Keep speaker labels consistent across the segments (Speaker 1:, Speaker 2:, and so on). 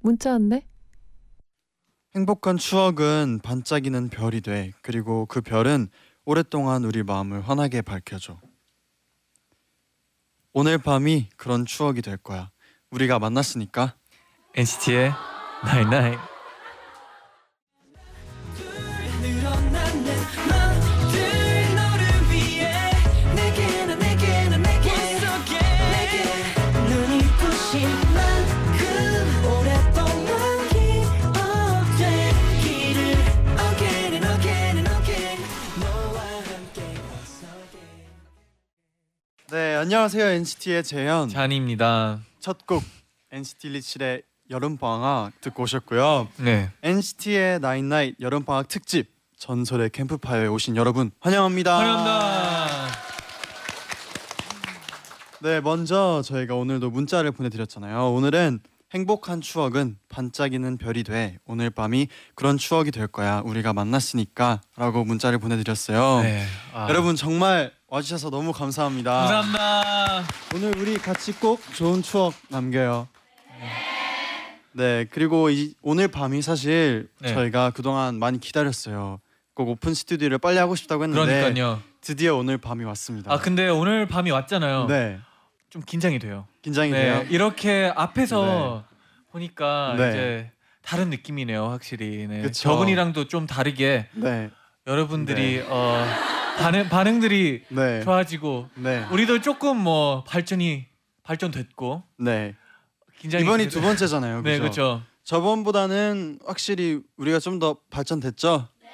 Speaker 1: 문자 왔네.
Speaker 2: 행복한 추억은 반짝이는 별이 돼. 그리고 그 별은 오랫동안 우리 마음을 환하게 밝혀줘. 오늘 밤이 그런 추억이 될 거야. 우리가 만났으니까.
Speaker 3: NCT의 Night Night.
Speaker 4: 늘어나는 맘들 너를 위해 내게 난 내게 난 내게 내게 눈이 부신 만큼 오랫동안 기억되기를 Again and again and again 너와 함께 once again
Speaker 2: 네, 안녕하세요. NCT의 재현.
Speaker 3: 잔입니다.
Speaker 2: 첫 곡 NCT 리칠의 여름 방학 듣고 오셨고요.
Speaker 3: 네.
Speaker 2: NCT의 나인나잇 여름 방학 특집 전설의 캠프파이어에 오신 여러분 환영합니다.
Speaker 3: 환영합니다.
Speaker 2: 네, 먼저 저희가 오늘도 문자를 보내드렸잖아요. 오늘은 행복한 추억은 반짝이는 별이 돼. 오늘 밤이 그런 추억이 될 거야. 우리가 만났으니까라고 문자를 보내드렸어요.
Speaker 3: 네. 아,
Speaker 2: 여러분 정말 와주셔서 너무 감사합니다.
Speaker 3: 감사합니다.
Speaker 2: 오늘 우리 같이 꼭 좋은 추억 남겨요. 네, 그리고 이, 오늘 밤이 사실
Speaker 3: 네.
Speaker 2: 저희가 그동안 많이 기다렸어요. 꼭 오픈 스튜디오를 빨리 하고 싶다고 했는데
Speaker 3: 그러니까요.
Speaker 2: 드디어 오늘 밤이 왔습니다.
Speaker 3: 아 근데 오늘 밤이 왔잖아요.
Speaker 2: 네,
Speaker 3: 좀 긴장이 돼요.
Speaker 2: 긴장이
Speaker 3: 네.
Speaker 2: 돼요.
Speaker 3: 이렇게 앞에서 보니까
Speaker 2: 네.
Speaker 3: 이제 다른 느낌이네요, 확실히. 네.
Speaker 2: 그쵸.
Speaker 3: 저분이랑도 좀 다르게
Speaker 2: 네,
Speaker 3: 여러분들이 어, 반응 반응들이
Speaker 2: 네,
Speaker 3: 좋아지고
Speaker 2: 네,
Speaker 3: 우리도 조금 뭐 발전이 발전됐고
Speaker 2: 네.
Speaker 3: 긴장이
Speaker 2: 이번이
Speaker 3: 되네.
Speaker 2: 두 번째잖아요.
Speaker 3: 네,
Speaker 2: 그죠?
Speaker 3: 그렇죠.
Speaker 2: 저번보다는 확실히 우리가 좀 더 발전됐죠? 네.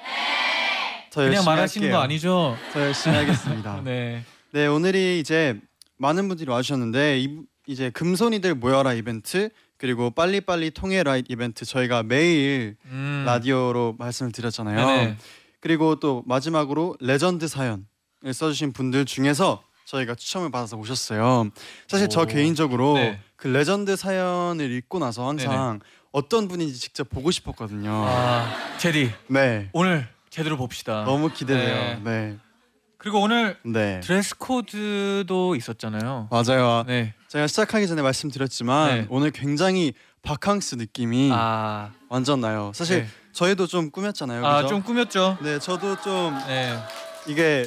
Speaker 2: 더
Speaker 3: 그냥
Speaker 2: 열심히
Speaker 3: 말하시는
Speaker 2: 할게요.
Speaker 3: 거 아니죠?
Speaker 2: 더 열심히 하겠습니다.
Speaker 3: 네.
Speaker 2: 네 오늘이 이제 많은 분들이 와주셨는데 이, 이제 금손이들 모여라 이벤트 그리고 빨리빨리 통해라 이벤트 저희가 매일
Speaker 3: 음.
Speaker 2: 라디오로 말씀을 드렸잖아요
Speaker 3: 네네.
Speaker 2: 그리고 또 마지막으로 레전드 사연을 써주신 분들 중에서 저희가 추첨을 받아서 오셨어요 사실
Speaker 3: 오.
Speaker 2: 저 개인적으로
Speaker 3: 네.
Speaker 2: 그 레전드 사연을 읽고 나서 항상 어떤 분인지 직접 보고 싶었거든요
Speaker 3: 아, 제디
Speaker 2: 네
Speaker 3: 오늘 제대로 봅시다.
Speaker 2: 너무 기대돼요 네,
Speaker 3: 그리고 오늘
Speaker 2: 네. 어,
Speaker 3: 드레스 코드도 있었잖아요.
Speaker 2: 맞아요
Speaker 3: 네.
Speaker 2: 제가 시작하기 전에 말씀드렸지만
Speaker 3: 네.
Speaker 2: 오늘 굉장히 바캉스 느낌이
Speaker 3: 아,
Speaker 2: 완전 나요. 사실
Speaker 3: 네.
Speaker 2: 저희도 좀 꾸몄잖아요.
Speaker 3: 아,
Speaker 2: 네, 그죠?
Speaker 3: 좀 꾸몄죠.
Speaker 2: 네, 저도 좀
Speaker 3: 네.
Speaker 2: 이게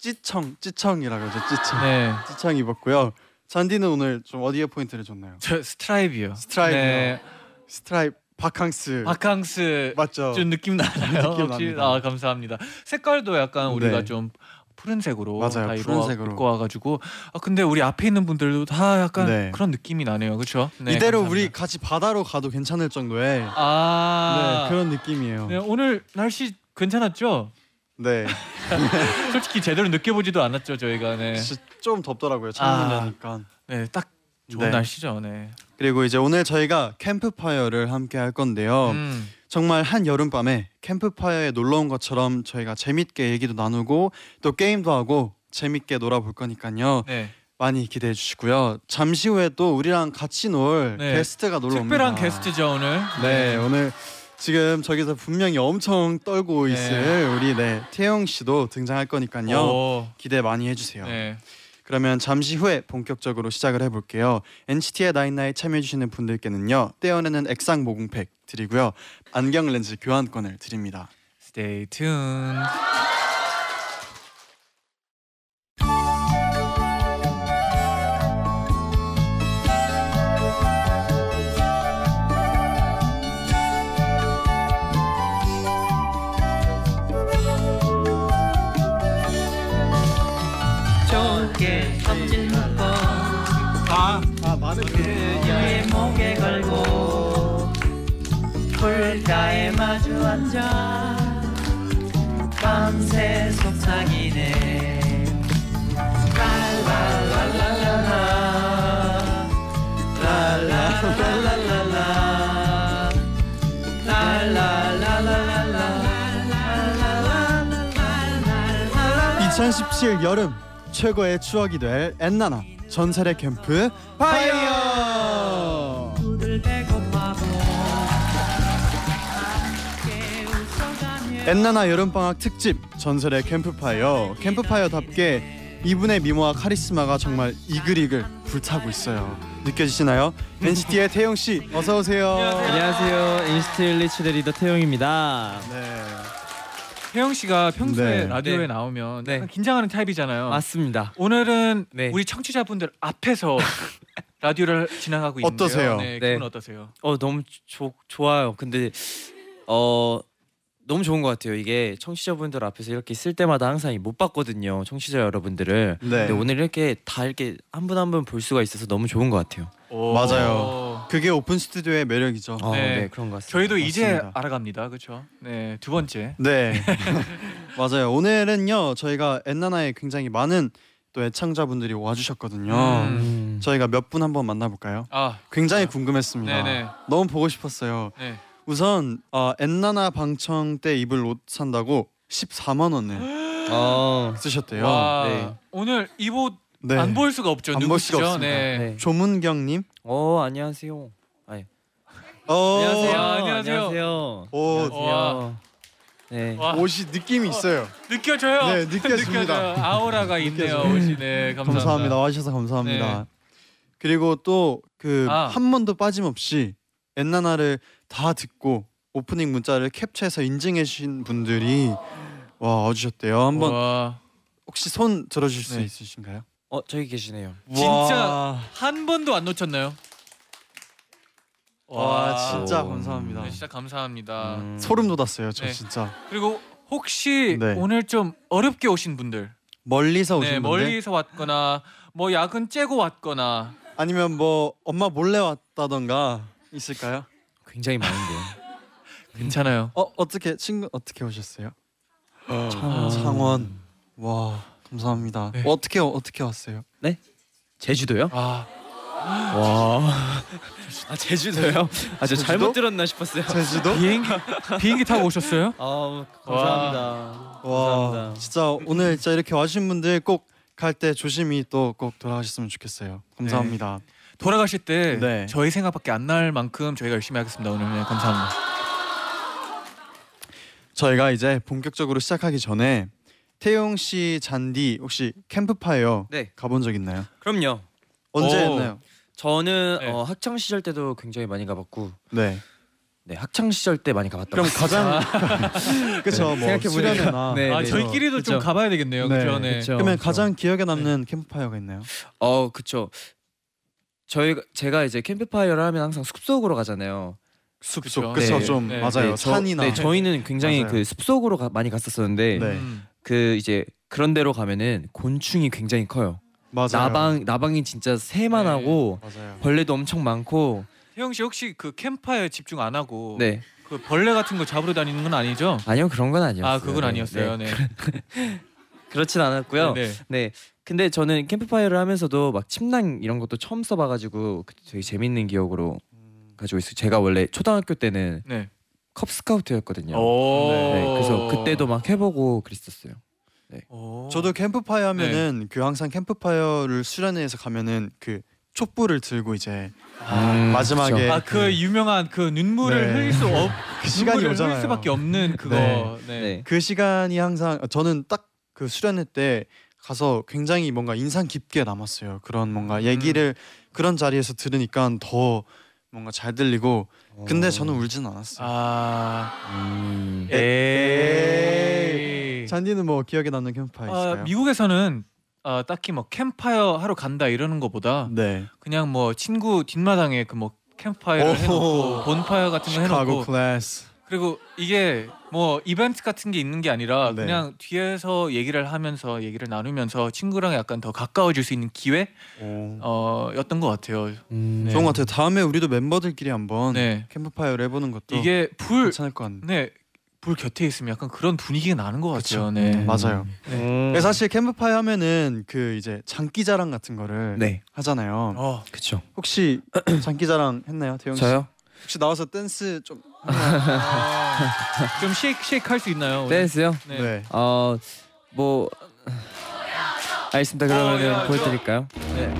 Speaker 2: 찌청, 찌청이라고 하죠. 찌청.
Speaker 3: 네.
Speaker 2: 찌청 입었고요. 잔디는 오늘 좀 어디에 포인트를 줬나요?
Speaker 3: 저 스트라이브요.
Speaker 2: 스트라이브요.
Speaker 3: 네.
Speaker 2: 스트라이프 바캉스.
Speaker 3: 바캉스
Speaker 2: 맞죠?
Speaker 3: 좀 느낌 나나요?
Speaker 2: 어. 느낌
Speaker 3: 혹시?
Speaker 2: 납니다.
Speaker 3: 아, 감사합니다. 색깔도 약간 우리가
Speaker 2: 네.
Speaker 3: 좀 푸른색으로
Speaker 2: 맞아요,
Speaker 3: 다 입어-
Speaker 2: 푸른색으로.
Speaker 3: 입고 와가지고 아 근데 우리 앞에 있는 분들도 다 약간
Speaker 2: 네.
Speaker 3: 그런 느낌이 나네요, 그렇죠?
Speaker 2: 이대로 우리 같이 바다로 가도 괜찮을 정도의
Speaker 3: 아
Speaker 2: 네, 그런 느낌이에요.
Speaker 3: 네, 오늘 날씨 괜찮았죠?
Speaker 2: 네.
Speaker 3: 솔직히 제대로 느껴보지도 않았죠 저희가 네,
Speaker 2: 진짜 좀 덥더라고요.
Speaker 3: 아.
Speaker 2: 창문이니까.
Speaker 3: 네, 딱 좋은
Speaker 2: 네.
Speaker 3: 날씨죠 네.
Speaker 2: 그리고 이제 오늘 저희가 캠프파이어를 함께 할 건데요.
Speaker 3: 음,
Speaker 2: 정말 한 여름밤에 캠프파이어에 놀러 온 것처럼 저희가 재밌게 얘기도 나누고 또 게임도 하고 재밌게 놀아볼 거니까요.
Speaker 3: 네.
Speaker 2: 많이 기대해 주시고요. 잠시 후에 또 우리랑 같이 놀
Speaker 3: 네.
Speaker 2: 게스트가 놀러
Speaker 3: 특별한
Speaker 2: 옵니다.
Speaker 3: 게스트죠 오늘
Speaker 2: 네, 오늘 지금 저기서 분명히 엄청 떨고
Speaker 3: 네.
Speaker 2: 있을 우리 네, 태영 씨도 등장할 거니까요.
Speaker 3: 오,
Speaker 2: 기대 많이 해 주세요.
Speaker 3: 어. 네.
Speaker 2: 그러면 잠시 후에 본격적으로 시작을 해볼게요. NCT의 나인나에 참여해주시는 분들께는요. 떼어내는 액상 모공팩 드리고요. 안경 렌즈 교환권을 드립니다.
Speaker 3: Stay tuned
Speaker 4: 좋게 껍질 묶어
Speaker 5: 아,
Speaker 4: 그녀의 목에 걸고 홀가에 마주 앉아 밤새 속삭이네 랄랄랄랄랄라 랄랄랄랄랄라
Speaker 2: 2017 여름 최고의 추억이 될 엔나나 전설의 캠프 파이어 엔나나 여름방학 특집 전설의 캠프파이어 캠프파이어답게 이분의 미모와 카리스마가 정말 이글이글 불타고 있어요 느껴지시나요? NCT의 태영씨 어서오세요
Speaker 5: 안녕하세요. 인스트 일리치의 리더 태용입니다.
Speaker 2: 네.
Speaker 3: 혜영 씨가 평소에
Speaker 2: 네.
Speaker 3: 라디오에
Speaker 5: 네.
Speaker 3: 나오면
Speaker 5: 네.
Speaker 3: 약간 긴장하는 타입이잖아요.
Speaker 5: 맞습니다.
Speaker 3: 오늘은
Speaker 5: 네.
Speaker 3: 우리 청취자분들 앞에서 라디오를 진행하고 있는데요.
Speaker 2: 어떠세요?
Speaker 3: 네,
Speaker 5: 네.
Speaker 3: 기분 어떠세요?
Speaker 5: 어 너무 조, 좋아요. 근데 어 너무 좋은 것 같아요. 이게 청취자분들 앞에서 이렇게 쓸 때마다 항상 못 봤거든요. 청취자 여러분들을.
Speaker 2: 네.
Speaker 5: 근데 오늘 이렇게 다 이렇게 한 분 한 분 볼 수가 있어서 너무 좋은 것 같아요.
Speaker 3: 오.
Speaker 2: 맞아요. 그게 오픈 스튜디오의 매력이죠
Speaker 5: 어,
Speaker 3: 네.
Speaker 5: 네. 그런 것 같습니다.
Speaker 3: 저희도 이제
Speaker 2: 맞습니다.
Speaker 3: 알아갑니다. 그렇죠? 네, 두 번째.
Speaker 2: 네 맞아요 오늘은요 저희가 엔나나에 굉장히 많은 또 애창자분들이 와주셨거든요
Speaker 3: 음.
Speaker 5: 음.
Speaker 2: 저희가 몇 분 한번 만나볼까요?
Speaker 3: 아,
Speaker 2: 굉장히 궁금했습니다
Speaker 3: 네네.
Speaker 2: 너무 보고 싶었어요
Speaker 3: 네.
Speaker 2: 우선 어, 엔나나 방청 때 입을 옷 산다고 14만 원을
Speaker 5: 어.
Speaker 2: 쓰셨대요.
Speaker 3: 와,
Speaker 5: 네.
Speaker 3: 오늘 이옷
Speaker 2: 네.
Speaker 3: 안 볼 수가 없죠.
Speaker 2: 안볼
Speaker 3: 누구시죠?
Speaker 2: 수가 없습니다.
Speaker 3: 네.
Speaker 5: 네.
Speaker 2: 조문경님.
Speaker 5: 어 안녕하세요.
Speaker 2: 어,
Speaker 5: 안녕하세요.
Speaker 3: 아, 안녕하세요.
Speaker 5: 어,
Speaker 3: 어,
Speaker 5: 안녕하세요.
Speaker 2: 오,
Speaker 5: 안녕하세요. 네.
Speaker 3: 와,
Speaker 2: 어, 옷이 느낌이 있어요.
Speaker 3: 느껴져요.
Speaker 2: 네, 느껴집니다.
Speaker 3: 느껴져요. 아우라가 있네요.
Speaker 2: 느껴져요.
Speaker 3: 옷이. 네, 감사합니다.
Speaker 2: 감사합니다. 와주셔서 감사합니다.
Speaker 3: 네.
Speaker 2: 그리고 또 그
Speaker 3: 아.
Speaker 2: 한 번도 빠짐없이 엔나나를 다 듣고 오프닝 문자를 캡처해서 인증해 주신 분들이 와 와주셨대요. 한번
Speaker 3: 와,
Speaker 2: 혹시 손 들어줄 수
Speaker 3: 네.
Speaker 2: 있으신가요?
Speaker 5: 어 저기 계시네요.
Speaker 3: 진짜 한 번도 안 놓쳤나요?
Speaker 2: 와, 진짜
Speaker 5: 오.
Speaker 2: 감사합니다.
Speaker 3: 네, 진짜 감사합니다.
Speaker 5: 음.
Speaker 2: 소름 돋았어요. 저
Speaker 3: 네.
Speaker 2: 진짜
Speaker 3: 그리고 혹시
Speaker 2: 네.
Speaker 3: 오늘 좀 어렵게 오신 분들,
Speaker 2: 멀리서 오신
Speaker 3: 네,
Speaker 2: 분들
Speaker 3: 멀리서 왔거나 뭐 야근 째고 왔거나
Speaker 2: 아니면 뭐 엄마 몰래 왔다던가 있을까요?
Speaker 5: 굉장히 많은데요.
Speaker 3: 괜찮아요.
Speaker 2: 어 어떻게 친구 어떻게 오셨어요? 아.
Speaker 5: 창원.
Speaker 2: 창원 와 감사합니다.
Speaker 3: 네.
Speaker 2: 어떻게 어떻게 왔어요?
Speaker 5: 제주도요?
Speaker 3: 아,
Speaker 5: 와. 아 제주도요? 아 저
Speaker 2: 제주도?
Speaker 5: 잘못 들었나 싶었어요.
Speaker 2: 제주도?
Speaker 3: 비행기 비행기 타고 오셨어요?
Speaker 5: 아 감사합니다.
Speaker 2: 와
Speaker 5: 감사합니다.
Speaker 2: 진짜 오늘 진짜 이렇게 와주신 분들 꼭 갈 때 조심히 또 꼭 돌아가셨으면 좋겠어요. 감사합니다.
Speaker 3: 돌아가실 때
Speaker 2: 네.
Speaker 3: 저희 생각밖에 안 날 만큼 저희가 열심히 하겠습니다. 오늘 네, 감사합니다.
Speaker 2: 저희가 이제 본격적으로 시작하기 전에 태용 씨 잔디 혹시 캠프파이어
Speaker 5: 네.
Speaker 2: 가본 적 있나요?
Speaker 5: 그럼요.
Speaker 2: 어. 언제
Speaker 3: 오.
Speaker 2: 했나요?
Speaker 5: 저는
Speaker 3: 네.
Speaker 5: 어, 학창 시절 때도 굉장히 많이 가봤고,
Speaker 2: 네.
Speaker 5: 네 학창 시절 때 많이 가봤다.
Speaker 2: 그럼 가장 그쵸 뭐
Speaker 5: 생각해보니까-
Speaker 2: 수련회나
Speaker 5: 네,
Speaker 3: 아,
Speaker 5: 네.
Speaker 3: 저희끼리도 좀
Speaker 5: 그쵸.
Speaker 3: 가봐야 되겠네요.
Speaker 2: 네,
Speaker 3: 그죠? 네.
Speaker 5: 그쵸.
Speaker 2: 그러면 가장 기억에 남는 캠프파이어가 있나요?
Speaker 5: 어 그쵸. 저희 가 제가 이제 캠프파이어를 하면 항상 숲속으로 가잖아요.
Speaker 2: 숲속
Speaker 3: 그쵸.
Speaker 2: 그쵸
Speaker 5: 네.
Speaker 2: 좀
Speaker 3: 네.
Speaker 2: 맞아요
Speaker 5: 네, 저,
Speaker 2: 산이나
Speaker 5: 네, 저희는 굉장히
Speaker 2: 맞아요.
Speaker 5: 그 숲속으로 가, 많이 갔었었는데
Speaker 2: 네.
Speaker 3: 음.
Speaker 5: 그 이제 그런 데로 가면은 곤충이 굉장히 커요.
Speaker 2: 맞아요 네.
Speaker 5: 나방 나방이 진짜 새만하고
Speaker 2: 맞아요
Speaker 5: 벌레도 엄청 많고
Speaker 2: 네.
Speaker 3: 혜영 씨 혹시 그 캠파에 집중 안
Speaker 2: 뭐.
Speaker 3: 하고
Speaker 5: 네
Speaker 3: 그 벌레 같은 거 잡으러 다니는 건 아니죠?
Speaker 5: 아니요 그런 건 아니었어요.
Speaker 3: 아 그건
Speaker 5: 네,
Speaker 3: 아니었어요.
Speaker 5: 네,
Speaker 3: 네.
Speaker 5: 그렇진 않았고요.
Speaker 3: 네, 네.
Speaker 5: 네. 근데 저는 캠프파이어를 하면서도 막 침낭 이런 것도 처음 써봐가지고 그 되게 재밌는 기억으로 가지고 있어요. 제가 원래 초등학교 때는
Speaker 3: 네.
Speaker 5: 컵 스카우트였거든요.
Speaker 3: 오.
Speaker 5: 네, 그래서 그때도 막 해보고 그랬었어요.
Speaker 3: 오.
Speaker 2: 저도 캠프파이어
Speaker 3: 네.
Speaker 2: 하면은 그 항상 캠프파이어를 수련회에서 가면은 그 촛불을 들고 이제
Speaker 5: 음,
Speaker 2: 마지막에
Speaker 5: 그쵸.
Speaker 3: 아 그 유명한 그 눈물을
Speaker 2: 네.
Speaker 3: 흘릴 수 없,
Speaker 2: 그 시간이
Speaker 3: 눈물을
Speaker 2: 오잖아요
Speaker 3: 흘릴 수밖에 없는 그거.
Speaker 2: 네.
Speaker 3: 네.
Speaker 5: 네.
Speaker 2: 그 시간이 항상 저는 딱 그 수련회 때 가서 굉장히 뭔가 인상 깊게 남았어요 그런
Speaker 3: 음.
Speaker 2: 뭔가 얘기를 그런 자리에서 들으니까 더 뭔가 잘 들리고
Speaker 3: 어.
Speaker 2: 근데 저는 울진 않았어요
Speaker 3: 아.
Speaker 2: 네.
Speaker 5: 음,
Speaker 3: 에이.
Speaker 2: 잔디는 뭐 기억에 남는 캠프파이어
Speaker 3: 예. 아,
Speaker 2: 있을까요?
Speaker 3: 미국에서는 아, 딱히 뭐 캠파이어 하러 간다 이러는 거보다
Speaker 2: 네
Speaker 3: 그냥 뭐 친구 뒷마당에 그 뭐 캠파이어
Speaker 2: 오.
Speaker 3: 해놓고 본파이어 같은 거
Speaker 2: 시카고
Speaker 3: 해놓고
Speaker 2: 클래스
Speaker 3: 그리고 이게 뭐 이벤트 같은 게 있는 게 아니라
Speaker 2: 네.
Speaker 3: 그냥 뒤에서 얘기를 하면서 얘기를 나누면서 친구랑 약간 더 가까워질 수 있는 기회
Speaker 2: 오.
Speaker 3: 어, 였던 것 같아요.
Speaker 5: 음,
Speaker 3: 네.
Speaker 2: 좋은 것 같아요. 다음에 우리도 멤버들끼리 한번
Speaker 3: 네.
Speaker 2: 캠프파이어를 해보는 것도
Speaker 3: 이게 불
Speaker 2: 괜찮을 것 같네요.
Speaker 3: 네. 불 곁에 있으면 약간 그런 분위기가 나는 것 같아요.
Speaker 2: 그쵸.
Speaker 3: 네.
Speaker 5: 음.
Speaker 2: 맞아요.
Speaker 5: 음.
Speaker 2: 근데 사실 캠프파이어 하면은 그 이제 장기자랑 같은 거를
Speaker 5: 네,
Speaker 2: 하잖아요.
Speaker 3: 어.
Speaker 5: 그쵸.
Speaker 2: 혹시 장기자랑 했나요, 태용 씨?
Speaker 5: 저요?
Speaker 2: 혹시 나와서 댄스 좀
Speaker 3: 좀 쉐이크 쉐이크 할 수 있나요? 오늘?
Speaker 5: 댄스요?
Speaker 3: 네.
Speaker 2: 네.
Speaker 5: 어, 뭐 알겠습니다. 그러면은
Speaker 3: 어, 야, 어,
Speaker 5: 보여드릴까요?
Speaker 3: 어.
Speaker 2: 네.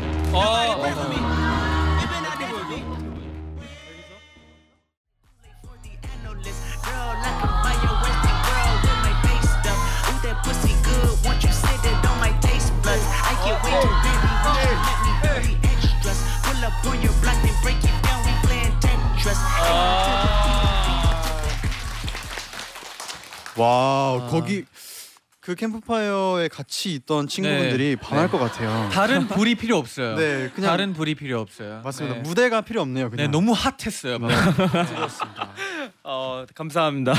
Speaker 2: 와 거기 그 캠프파이어에 같이 있던 친구분들이 반할 것 같아요.
Speaker 3: 다른 불이 필요 없어요.
Speaker 2: 네, 그냥-
Speaker 3: 다른 불이 필요 없어요.
Speaker 2: 맞습니다.
Speaker 3: 네.
Speaker 2: 무대가 필요 없네요. 네.
Speaker 3: 네,
Speaker 2: 그냥
Speaker 3: 너무 핫했어요. 방금.
Speaker 2: 들었습니다.
Speaker 5: 어 감사합니다.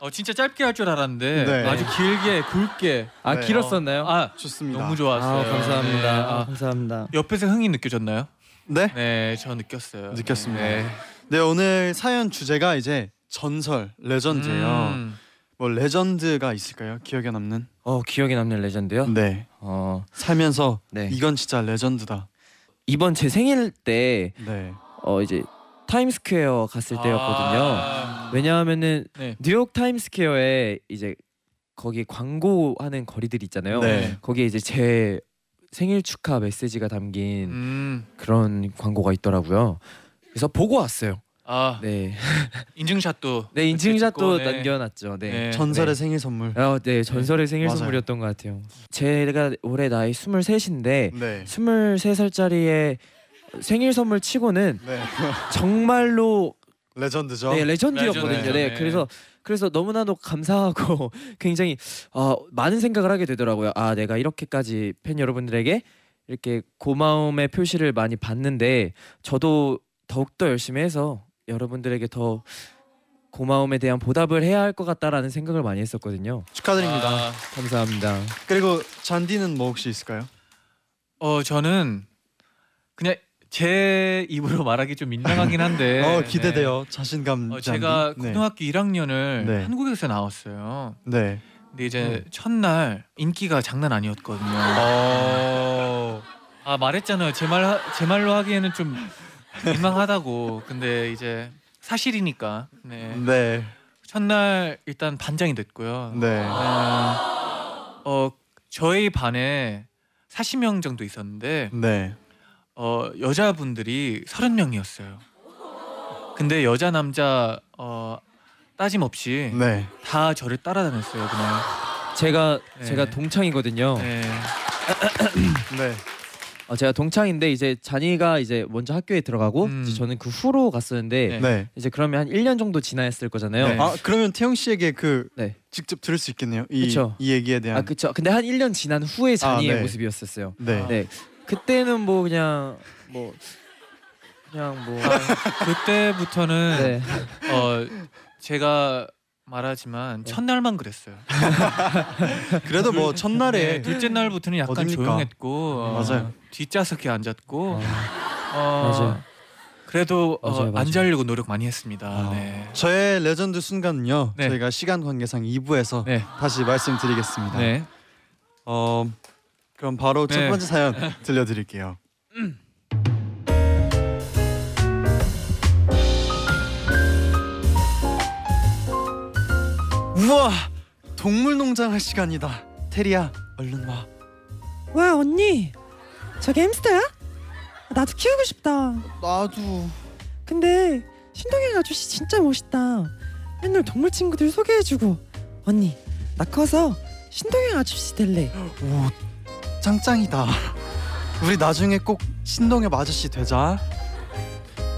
Speaker 3: 어, 진짜 짧게 할 줄 알았는데
Speaker 2: 네.
Speaker 3: 아주 길게 굵게.
Speaker 5: 아
Speaker 2: 네.
Speaker 5: 길었었나요?
Speaker 3: 아,
Speaker 2: 좋습니다.
Speaker 3: 너무 좋았어요.
Speaker 5: 아, 감사합니다.
Speaker 3: 네,
Speaker 5: 아,
Speaker 3: 아,
Speaker 5: 감사합니다.
Speaker 3: 옆에서 흥이 느껴졌나요?
Speaker 2: 네.
Speaker 3: 네, 저 느꼈어요.
Speaker 2: 느꼈습니다.
Speaker 3: 네.
Speaker 2: 네 오늘 사연 주제가 이제 전설 레전드예요.
Speaker 3: 음.
Speaker 2: 뭐 레전드가 있을까요? 기억에 남는?
Speaker 5: 어 기억에 남는 레전드요.
Speaker 2: 네.
Speaker 5: 어
Speaker 2: 살면서
Speaker 5: 네.
Speaker 2: 이건 진짜 레전드다.
Speaker 5: 이번 제 생일 때
Speaker 2: 네.
Speaker 5: 어 이제 타임스퀘어 갔을 때였거든요.
Speaker 3: 아,
Speaker 5: 왜냐하면은
Speaker 3: 네.
Speaker 5: 뉴욕 타임스퀘어에 이제 거기 광고하는 거리들 있잖아요.
Speaker 2: 네.
Speaker 5: 거기에 이제 제 생일 축하 메시지가 담긴
Speaker 3: 음.
Speaker 5: 그런 광고가 있더라고요. 그래서 보고 왔어요.
Speaker 3: 아,
Speaker 5: 네,
Speaker 3: 인증샷도
Speaker 5: 네
Speaker 3: 찍고,
Speaker 5: 인증샷도
Speaker 3: 네.
Speaker 5: 남겨놨죠. 네.
Speaker 3: 네.
Speaker 2: 전설의 생일 선물.
Speaker 5: 아, 네 전설의 생일
Speaker 2: 맞아요.
Speaker 5: 선물이었던 것 같아요. 제가 올해 나이 23인데
Speaker 2: 네.
Speaker 5: 23살짜리의 생일 선물 치고는
Speaker 2: 네.
Speaker 5: 정말로
Speaker 2: 레전드죠.
Speaker 5: 네, 레전드였거든요. 네,
Speaker 3: 레전드.
Speaker 5: 그래서 그래서 너무나도 감사하고 굉장히 어, 많은 생각을 하게 되더라고요. 아, 내가 이렇게까지 팬 여러분들에게 이렇게 고마움의 표시를 많이 받는데 저도 더욱더 열심히 해서 여러분들에게 더 고마움에 대한 보답을 해야 할 것 같다라는 생각을 많이 했었거든요.
Speaker 2: 축하드립니다.
Speaker 3: 아,
Speaker 5: 감사합니다.
Speaker 2: 그리고 잔디는 뭐 혹시 있을까요?
Speaker 3: 어 저는 그냥 제 입으로 말하기 좀 민망하긴 한데
Speaker 2: 어 기대돼요. 자신감.
Speaker 3: 네, 어,
Speaker 2: 잔디?
Speaker 3: 제가 고등학교 1학년을
Speaker 2: 네.
Speaker 3: 한국에서 나왔어요.
Speaker 2: 네.
Speaker 3: 근데 이제 첫날 인기가 장난 아니었거든요.
Speaker 2: 어.
Speaker 3: 아 말했잖아요. 제말제 말로 하기에는 좀 민망하다고. 근데 이제 사실이니까. 네.
Speaker 2: 네.
Speaker 3: 첫날 일단 반장이 됐고요.
Speaker 2: 네. 네.
Speaker 3: 어, 어 저희 반에 40명 정도 있었는데
Speaker 2: 네.
Speaker 3: 어 여자분들이 30명이었어요. 근데 여자 남자 어 따짐 없이
Speaker 2: 네.
Speaker 3: 다 저를 따라다녔어요 그냥.
Speaker 5: 제가
Speaker 3: 네.
Speaker 5: 제가 동창이거든요.
Speaker 3: 네.
Speaker 2: 네.
Speaker 5: 어, 제가 동창인데 이제 잔이가 이제 먼저 학교에 들어가고
Speaker 3: 음.
Speaker 5: 이제 저는 그 후로 갔었는데
Speaker 3: 네.
Speaker 2: 네.
Speaker 5: 이제 그러면 한 1년 정도 지나했을 거잖아요.
Speaker 3: 네.
Speaker 2: 아 그러면 태영 씨에게 그
Speaker 5: 네.
Speaker 2: 직접 들을 수 있겠네요. 이,
Speaker 5: 그쵸.
Speaker 2: 이 얘기에 대한.
Speaker 5: 아 그쵸 근데 한 1년 지난 후에 잔이의
Speaker 2: 네.
Speaker 5: 모습이었었어요
Speaker 2: 네.
Speaker 3: 아.
Speaker 5: 네 그때는 뭐 그냥 뭐 그냥 뭐
Speaker 3: 아, 그때부터는
Speaker 5: 네.
Speaker 3: 어 제가 말하지만
Speaker 5: 네.
Speaker 3: 첫날만 그랬어요.
Speaker 2: 그래도 뭐
Speaker 3: 네,
Speaker 2: 첫날에
Speaker 3: 둘째 날부터는 약간
Speaker 2: 어딥니까?
Speaker 3: 조용했고 어,
Speaker 2: 맞아요.
Speaker 3: 뒷좌석에 앉았고
Speaker 5: 아,
Speaker 3: 어,
Speaker 5: 맞아요.
Speaker 3: 그래도 어,
Speaker 5: 맞아요, 맞아요.
Speaker 3: 안 자려고 노력 많이 했습니다. 네.
Speaker 2: 저의 레전드 순간은요.
Speaker 3: 네.
Speaker 2: 저희가 시간 관계상 2부에서
Speaker 3: 네.
Speaker 2: 다시 말씀드리겠습니다.
Speaker 3: 네.
Speaker 2: 어 그럼 바로 첫
Speaker 3: 네.
Speaker 2: 번째 사연 들려드릴게요. 우와 동물 농장 할 시간이다. 테리야 얼른 와.
Speaker 6: 와 언니 저게 햄스터야? 나도 키우고 싶다
Speaker 2: 나도
Speaker 6: 근데 신동현 아저씨 진짜 멋있다 맨날 동물 친구들 소개해주고 언니 나 커서 신동현 아저씨 될래
Speaker 2: 오 짱짱이다. 우리 나중에 꼭 신동엽 아저씨 되자.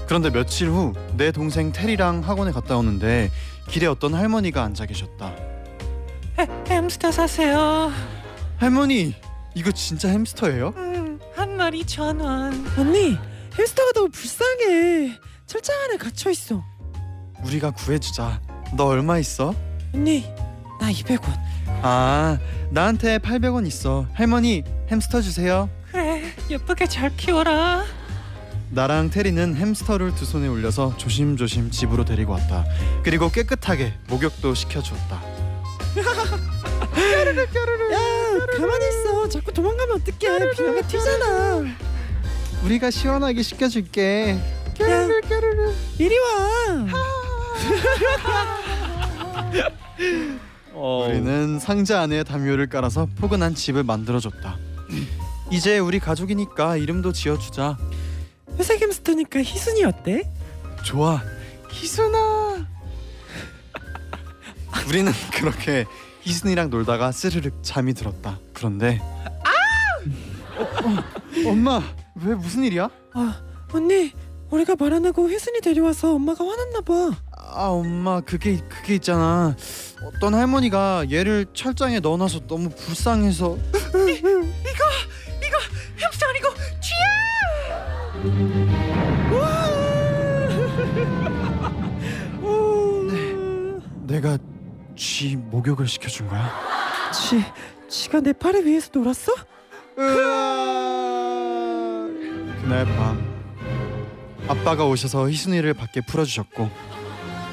Speaker 2: 그런데 며칠 후 내 동생 테리랑 학원에 갔다 오는데 길에 어떤 할머니가 앉아 계셨다.
Speaker 4: 햄스터 사세요.
Speaker 2: 할머니 이거 진짜 햄스터예요?
Speaker 4: 음, 한 마리 천 원.
Speaker 6: 언니 햄스터가 너무 불쌍해 철장 안에 갇혀있어
Speaker 2: 우리가 구해주자. 너 얼마 있어?
Speaker 6: 언니 나 200원
Speaker 2: 아 나한테 800원 있어. 할머니 햄스터 주세요.
Speaker 4: 그래, 예쁘게 잘 키워라.
Speaker 2: 나랑 테리는 햄스터를 두 손에 올려서 조심조심 집으로 데리고 왔다. 그리고 깨끗하게 목욕도 시켜주었다.
Speaker 6: 야 가만히 있어 자꾸 도망가면 어떡해 비명에 튀잖아
Speaker 2: 우리가 시원하게 시켜줄게.
Speaker 6: 야 이리 와
Speaker 2: 우리는 상자 안에 담요를 깔아서 포근한 집을 만들어줬다. 이제 우리 가족이니까 이름도 지어주자.
Speaker 6: 회사 햄스터니까 희순이 어때?
Speaker 2: 좋아. 희순아. 우리는 그렇게 희순이랑 놀다가 스르륵 잠이 들었다. 그런데 아! 엄마 왜 무슨 일이야?
Speaker 6: 언니 우리가 말 안 하고 희순이 데려와서 엄마가 화났나 봐.
Speaker 2: 아 엄마 그게 그게 있잖아. 어떤 할머니가 얘를 철장에 넣어놔서 너무 불쌍해서
Speaker 6: 햄스터 아니고 쥐야!
Speaker 4: 네.
Speaker 2: 내가 쥐 목욕을 시켜준 거야.
Speaker 6: 쥐, 쥐가 내 팔에 위에서 놀았어?
Speaker 2: 그날 밤 아빠가 오셔서 희순이를 밖에 풀어주셨고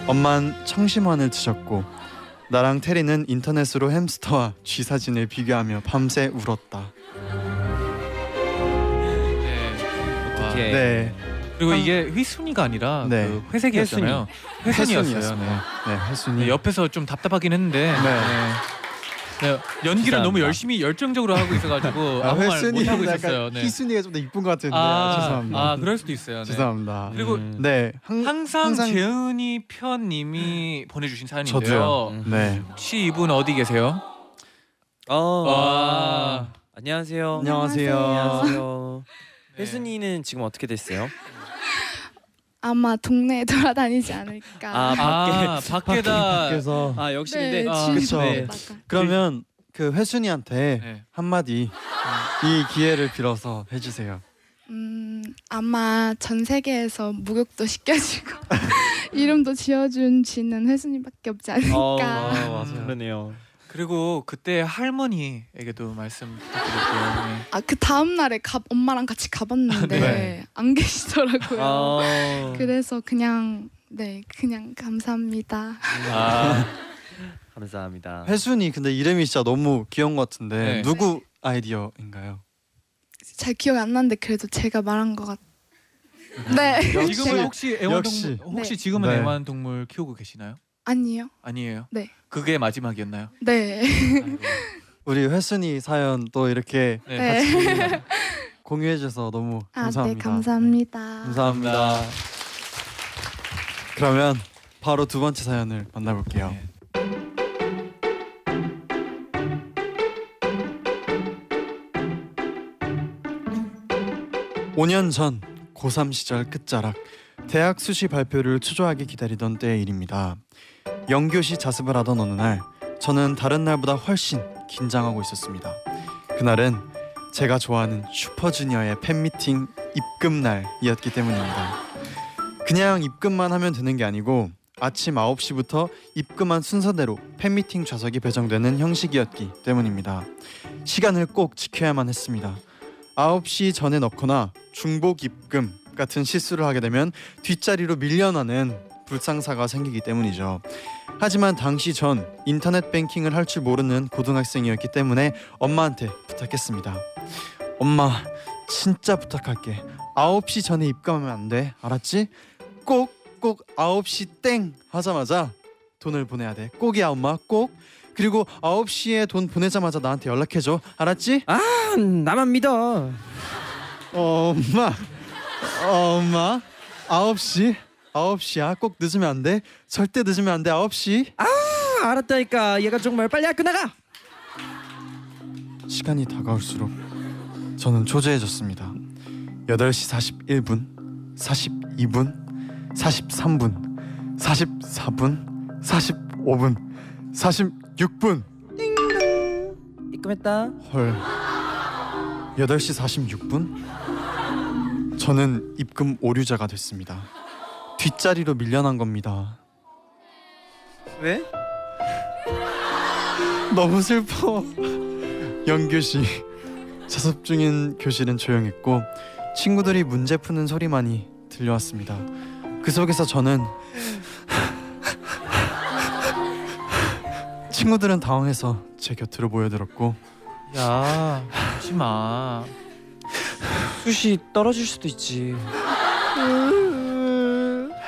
Speaker 2: 엄만 청심환을 드셨고 나랑 테리는 인터넷으로 햄스터와 쥐 사진을 비교하며 밤새 울었다.
Speaker 3: 네. 와.
Speaker 5: 어떡해.
Speaker 2: 네,
Speaker 3: 그리고 이게 휘순이가 아니라
Speaker 2: 네.
Speaker 3: 그 회색이었잖아요. 회순이었어요. 네.
Speaker 2: 혜순이였습니다. 네,
Speaker 3: 네,
Speaker 2: 혜순이.
Speaker 3: 옆에서 좀 답답하긴 했는데 네. 네, 연기를 너무 열심히 열정적으로 하고 있어가지고
Speaker 2: 아,
Speaker 3: 아무 말
Speaker 2: 혜순이
Speaker 3: 못하고
Speaker 2: 약간
Speaker 3: 있었어요. 네.
Speaker 2: 희순이가 좀 더 이쁜 것 같은데
Speaker 3: 아,
Speaker 2: 죄송합니다.
Speaker 3: 아, 그럴 수도 있어요. 네.
Speaker 2: 죄송합니다.
Speaker 3: 그리고
Speaker 5: 음.
Speaker 2: 네, 항,
Speaker 3: 항상,
Speaker 2: 항상-
Speaker 3: 재은이 편님이 보내주신 사연인데요.
Speaker 2: 저도요. 네.
Speaker 3: 혹시 이분 어디 계세요?
Speaker 5: 어.
Speaker 3: 와.
Speaker 5: 안녕하세요.
Speaker 2: 안녕하세요.
Speaker 5: 안녕하세요.
Speaker 3: 네.
Speaker 5: 혜순이는 지금 어떻게 됐어요?
Speaker 7: 아마 동네에 돌아다니지 않을까.
Speaker 5: 아, 밖에.
Speaker 3: 아 밖에다.
Speaker 2: 그래서
Speaker 5: 아 역시 근데
Speaker 3: 아,
Speaker 7: 지-
Speaker 2: 그쵸.
Speaker 7: 네.
Speaker 2: 그러면 그 혜순이한테
Speaker 3: 네.
Speaker 2: 한마디 이 기회를 빌어서 해주세요.
Speaker 7: 음, 아마 전 세계에서 목욕도 시켜주고 이름도 지어준 지는 혜순이밖에 없지 않을까.
Speaker 5: 어, 와, 와,
Speaker 3: 음.
Speaker 5: 그러네요.
Speaker 3: 그리고 그때 할머니에게도 말씀 부탁드릴게요. 네.
Speaker 7: 아 그 다음 날에 가, 엄마랑 같이 가봤는데
Speaker 2: 네.
Speaker 7: 안 계시더라고요.
Speaker 5: 어.
Speaker 7: 그래서 그냥 네 그냥 감사합니다.
Speaker 3: 아,
Speaker 5: 감사합니다.
Speaker 2: 혜순이 근데 이름이 진짜 너무 귀여운 것 같은데
Speaker 3: 네.
Speaker 2: 누구 아이디어인가요?
Speaker 7: 잘 기억이 안 나는데 그래도 제가 말한 것 같. 네
Speaker 3: 지금은 혹시
Speaker 2: 역시.
Speaker 3: 애완동물 혹시
Speaker 7: 네.
Speaker 3: 지금은
Speaker 2: 네.
Speaker 3: 애완동물 키우고 계시나요?
Speaker 7: 아니요.
Speaker 3: 아니에요.
Speaker 7: 네.
Speaker 3: 그게 마지막이었나요?
Speaker 7: 네.
Speaker 3: 아이고.
Speaker 2: 우리 혜순이 사연 또 이렇게
Speaker 3: 네.
Speaker 7: 네.
Speaker 2: 공유해줘서 너무
Speaker 7: 아
Speaker 2: 감사합니다.
Speaker 7: 네
Speaker 2: 네.
Speaker 7: 감사합니다.
Speaker 2: 감사합니다. 그러면 바로 두 번째 사연을 만나볼게요.
Speaker 3: 네.
Speaker 2: 오 5년 전 고3 시절 끝자락 대학 수시 발표를 초조하게 기다리던 때의 일입니다. 영교시 자습을 하던 어느 날 저는 다른 날보다 훨씬 긴장하고 있었습니다. 그날은 제가 좋아하는 슈퍼주니어의 팬미팅 입금 날이었기 때문입니다. 그냥 입금만 하면 되는 게 아니고 아침 9시부터 입금한 순서대로 팬미팅 좌석이 배정되는 형식이었기 때문입니다. 시간을 꼭 지켜야만 했습니다. 9시 전에 넣거나 중복 입금 같은 실수를 하게 되면 뒷자리로 밀려나는 불상사가 생기기 때문이죠. 하지만 당시 전 인터넷 뱅킹을 할 줄 모르는 고등학생이었기 때문에 엄마한테 부탁했습니다. 엄마, 진짜 부탁할게. 9시 전에 입금하면 안 돼. 알았지? 꼭, 꼭 9시 땡 하자마자 돈을 보내야 돼. 꼭이야, 엄마. 꼭. 그리고 9시에 돈 보내자마자 나한테 연락해줘. 알았지?
Speaker 6: 아, 나만 믿어.
Speaker 2: 어, 엄마 어, 엄마 9시 9시야 꼭 늦으면 안돼 절대 늦으면 안돼 9시
Speaker 6: 아, 알았다니까. 얘가 정말 빨리 학교 나가.
Speaker 2: 시간이 다가올수록 저는 초조해졌습니다 8시 41분 42분 43분 44분 45분 46분
Speaker 6: 입금했다.
Speaker 2: 헐 8시 46분 저는 입금 오류자가 됐습니다 뒷자리로 밀려난 겁니다
Speaker 6: 왜?
Speaker 2: 너무 슬퍼 영교시 자습 중인 교실은 조용했고 친구들이 문제 푸는 소리만이 들려왔습니다 그 속에서 저는 친구들은 당황해서 제 곁으로 모여들었고
Speaker 3: 야, 하지 마.
Speaker 5: 수시 떨어질 수도 있지.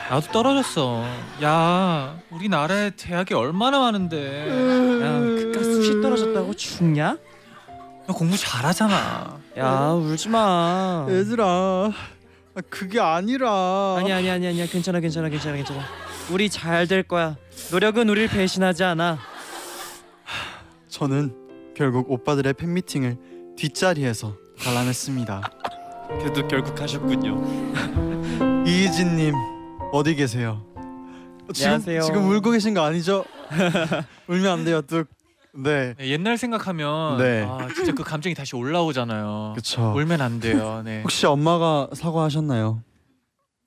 Speaker 3: 나도 떨어졌어. 야, 우리나라에 대학이 얼마나 많은데.
Speaker 5: 야 그깟 수시 떨어졌다고 죽냐?
Speaker 3: 너 공부 잘하잖아.
Speaker 5: 야 울지 마.
Speaker 2: 얘들아 아, 그게 아니라
Speaker 5: 아니야 아니야 아니야 아니야 괜찮아 괜찮아 괜찮아 괜찮아. 우리 잘 될 거야. 노력은 우릴 배신하지 않아.
Speaker 2: 저는 결국 오빠들의 팬미팅을 뒷자리에서 관람했습니다
Speaker 5: 그래도 결국 하셨군요.
Speaker 2: 이희진님 어디 계세요? 지금
Speaker 5: 안녕하세요.
Speaker 2: 지금 울고 계신 거 아니죠? 울면 안 돼요 뚝. 네.
Speaker 3: 네, 옛날 생각하면
Speaker 2: 네.
Speaker 3: 아, 진짜 그 감정이 다시 올라오잖아요.
Speaker 2: 그렇죠.
Speaker 3: 울면 안 돼요. 네.
Speaker 2: 혹시 엄마가 사과하셨나요?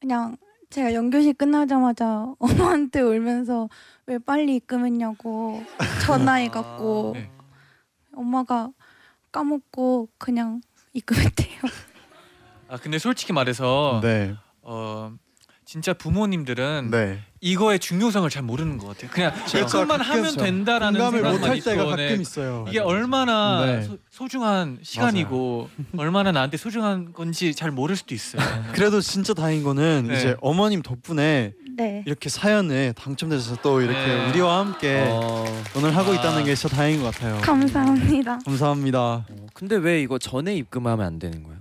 Speaker 8: 그냥 제가 연교시 끝나자마자 엄마한테 울면서 왜 빨리 입금했냐고 전화해갖고
Speaker 3: 네.
Speaker 8: 엄마가 까먹고 그냥 입금했대요.
Speaker 3: 아 근데 솔직히 말해서
Speaker 2: 네.
Speaker 3: 어 진짜 부모님들은
Speaker 2: 네.
Speaker 3: 이거의 중요성을 잘 모르는 것 같아요. 그냥 이것만 하면
Speaker 2: 그렇죠.
Speaker 3: 된다라는
Speaker 2: 공감을
Speaker 3: 생각만
Speaker 2: 못할 때가
Speaker 3: 있고,
Speaker 2: 가끔
Speaker 3: 네.
Speaker 2: 있어요.
Speaker 3: 이게 얼마나
Speaker 2: 네.
Speaker 3: 소, 소중한 시간이고 얼마나 나한테 소중한 건지 잘 모를 수도 있어요.
Speaker 2: 그래도 진짜 다행인 거는
Speaker 3: 네.
Speaker 2: 이제 어머님 덕분에
Speaker 8: 네.
Speaker 2: 이렇게 사연에 당첨되셔서 또 이렇게
Speaker 3: 네.
Speaker 2: 우리와 함께
Speaker 5: 어...
Speaker 2: 오늘 하고
Speaker 3: 아.
Speaker 2: 있다는 게 진짜 다행인 것 같아요.
Speaker 8: 감사합니다.
Speaker 2: 감사합니다.
Speaker 5: 근데 왜 이거 전에 입금하면 안 되는 거야?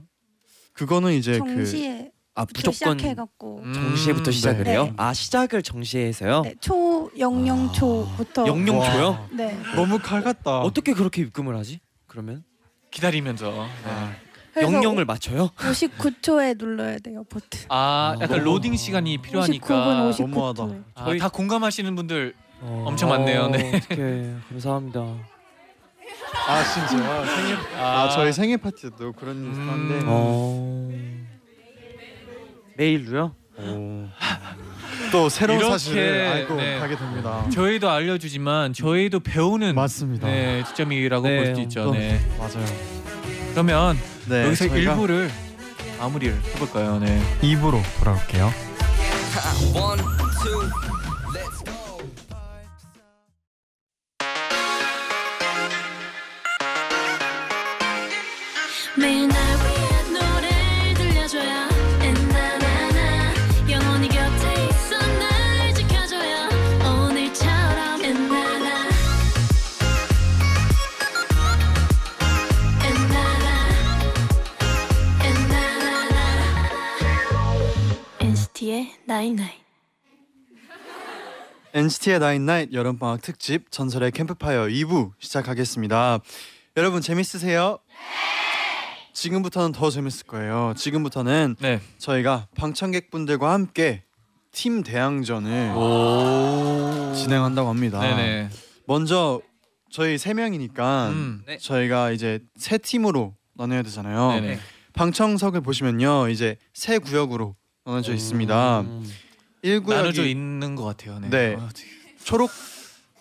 Speaker 2: 그거는 이제
Speaker 8: 정시에
Speaker 5: 아
Speaker 8: 부터
Speaker 5: 네, 무조건
Speaker 8: 시작해갖고
Speaker 3: 음,
Speaker 5: 정시에부터 시작을
Speaker 8: 네.
Speaker 5: 해요?
Speaker 8: 네.
Speaker 5: 아 시작을 정시에서요?
Speaker 8: 네, 초 영영 초부터
Speaker 5: 아, 영영 줘요?
Speaker 2: 와.
Speaker 8: 네.
Speaker 2: 그 너무 칼 같다.
Speaker 5: 어떻게 그렇게 입금을 하지? 그러면
Speaker 3: 기다리면서
Speaker 2: 아,
Speaker 8: 그래서
Speaker 5: 영영을 맞춰요?
Speaker 8: 59초에 눌러야 돼요 버튼.
Speaker 3: 아 약간
Speaker 2: 너무-
Speaker 3: 로딩 시간이 필요하니까
Speaker 8: 59분 59초에.
Speaker 2: 너무하다.
Speaker 3: 아,
Speaker 5: 저희-
Speaker 3: 다 공감하시는 분들 엄청 많네요, 음. 네.
Speaker 5: 어떡해. 감사합니다.
Speaker 2: 아 진짜요? 생일 아, 저희 생일 파티 때도 그런
Speaker 3: 음.
Speaker 2: 일이 있었는데
Speaker 5: 어... 메일로요?
Speaker 2: 오. 또 새로운
Speaker 3: 이렇게,
Speaker 2: 사실을 알고
Speaker 3: 네.
Speaker 2: 가게 됩니다.
Speaker 3: 저희도 알려주지만 저희도 배우는
Speaker 2: 맞습니다.
Speaker 3: 네, 지점이라고
Speaker 5: 네,
Speaker 3: 볼 수 있죠.
Speaker 2: 또-
Speaker 3: 네.
Speaker 2: 맞아요.
Speaker 3: 그러면
Speaker 2: 네,
Speaker 3: 여기서
Speaker 2: 저희가
Speaker 3: 일부를 마무리를 해볼까요? 네.
Speaker 2: 2부로 돌아올게요.
Speaker 9: 매일 날 위한 노래를 들려줘요 엔나나나 영원히 곁에 있어 날 지켜줘요 오늘처럼 엔나나 엔나나 엔나나나 NCT의 나잇나잇
Speaker 2: NCT의 나인나잇 여름방학 특집 전설의 캠프파이어 2부 시작하겠습니다. 여러분 재밌으세요? 네! 지금부터는 더 재밌을 거예요. 지금부터는
Speaker 3: 네.
Speaker 2: 저희가 방청객분들과 함께 팀 대항전을 진행한다고 합니다.
Speaker 3: 네네.
Speaker 2: 먼저 저희 세 명이니까
Speaker 3: 음.
Speaker 5: 네.
Speaker 2: 저희가 이제 세 팀으로 나눠야 되잖아요. 어.
Speaker 3: 네네.
Speaker 2: 방청석을 보시면요, 이제 세 구역으로 나눠져 있습니다.
Speaker 5: 음.
Speaker 2: 1구역이
Speaker 3: 나눠져 있는 것 같아요. 네.
Speaker 2: 네.
Speaker 3: 아, 어떡해.
Speaker 2: 초록
Speaker 3: 네.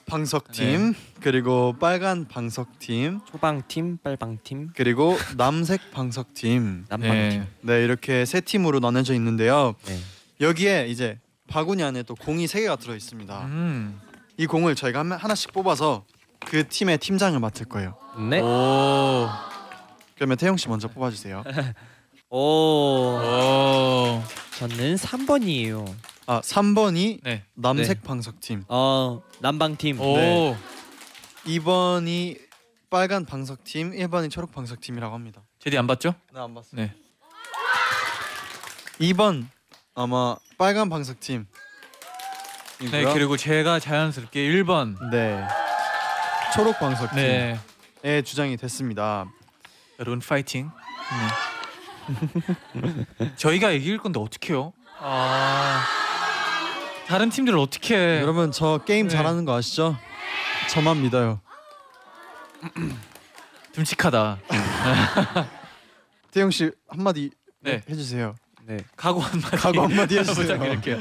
Speaker 2: 방석팀, 그리고 빨간 방석팀,
Speaker 5: 초방팀,
Speaker 3: 네.
Speaker 5: 빨방팀,
Speaker 2: 그리고 남색 방석팀.
Speaker 5: 남방팀.
Speaker 2: 네, 이렇게 세 팀으로 나눠져 있는데요.
Speaker 5: 네.
Speaker 2: 여기에 이제 바구니 안에 또 공이 세 개가 들어 있습니다.
Speaker 3: 음.
Speaker 2: 이 공을 저희가 한- 하나씩 뽑아서 그 팀의 팀장을 맡을 거예요.
Speaker 5: 네.
Speaker 3: 오.
Speaker 2: 그러면 태영 씨 먼저 뽑아주세요.
Speaker 5: 오.
Speaker 3: 오.
Speaker 5: 저는 3번이에요.
Speaker 2: 아 3번이
Speaker 3: 네.
Speaker 2: 남색 방석팀,
Speaker 5: 어, 남방팀.
Speaker 3: 오.
Speaker 2: 네. 2번이 빨간 방석팀, 1번이 초록 방석팀이라고 합니다.
Speaker 3: 제디 안 봤죠?
Speaker 2: 나안 봤어.
Speaker 3: 네.
Speaker 2: 2번 아마 빨간 방석팀.
Speaker 3: 네. 그리고 제가 자연스럽게 1번.
Speaker 2: 네 초록 방석팀의
Speaker 3: 네.
Speaker 2: 주장이 됐습니다.
Speaker 3: 여러분 파이팅. 네. 저희가 이길 건데 어떡해요? 아. 다른 팀들은 어떻게 해?
Speaker 2: 여러분 저 게임
Speaker 3: 네.
Speaker 2: 잘하는 거 아시죠? 저만 믿어요.
Speaker 3: 듬직하다.
Speaker 2: 태영 씨 한마디
Speaker 3: 네.
Speaker 2: 해주세요.
Speaker 5: 네.
Speaker 3: 각오 한마디.
Speaker 2: 각오 한마디 해주세요.
Speaker 3: 부탁드릴게요.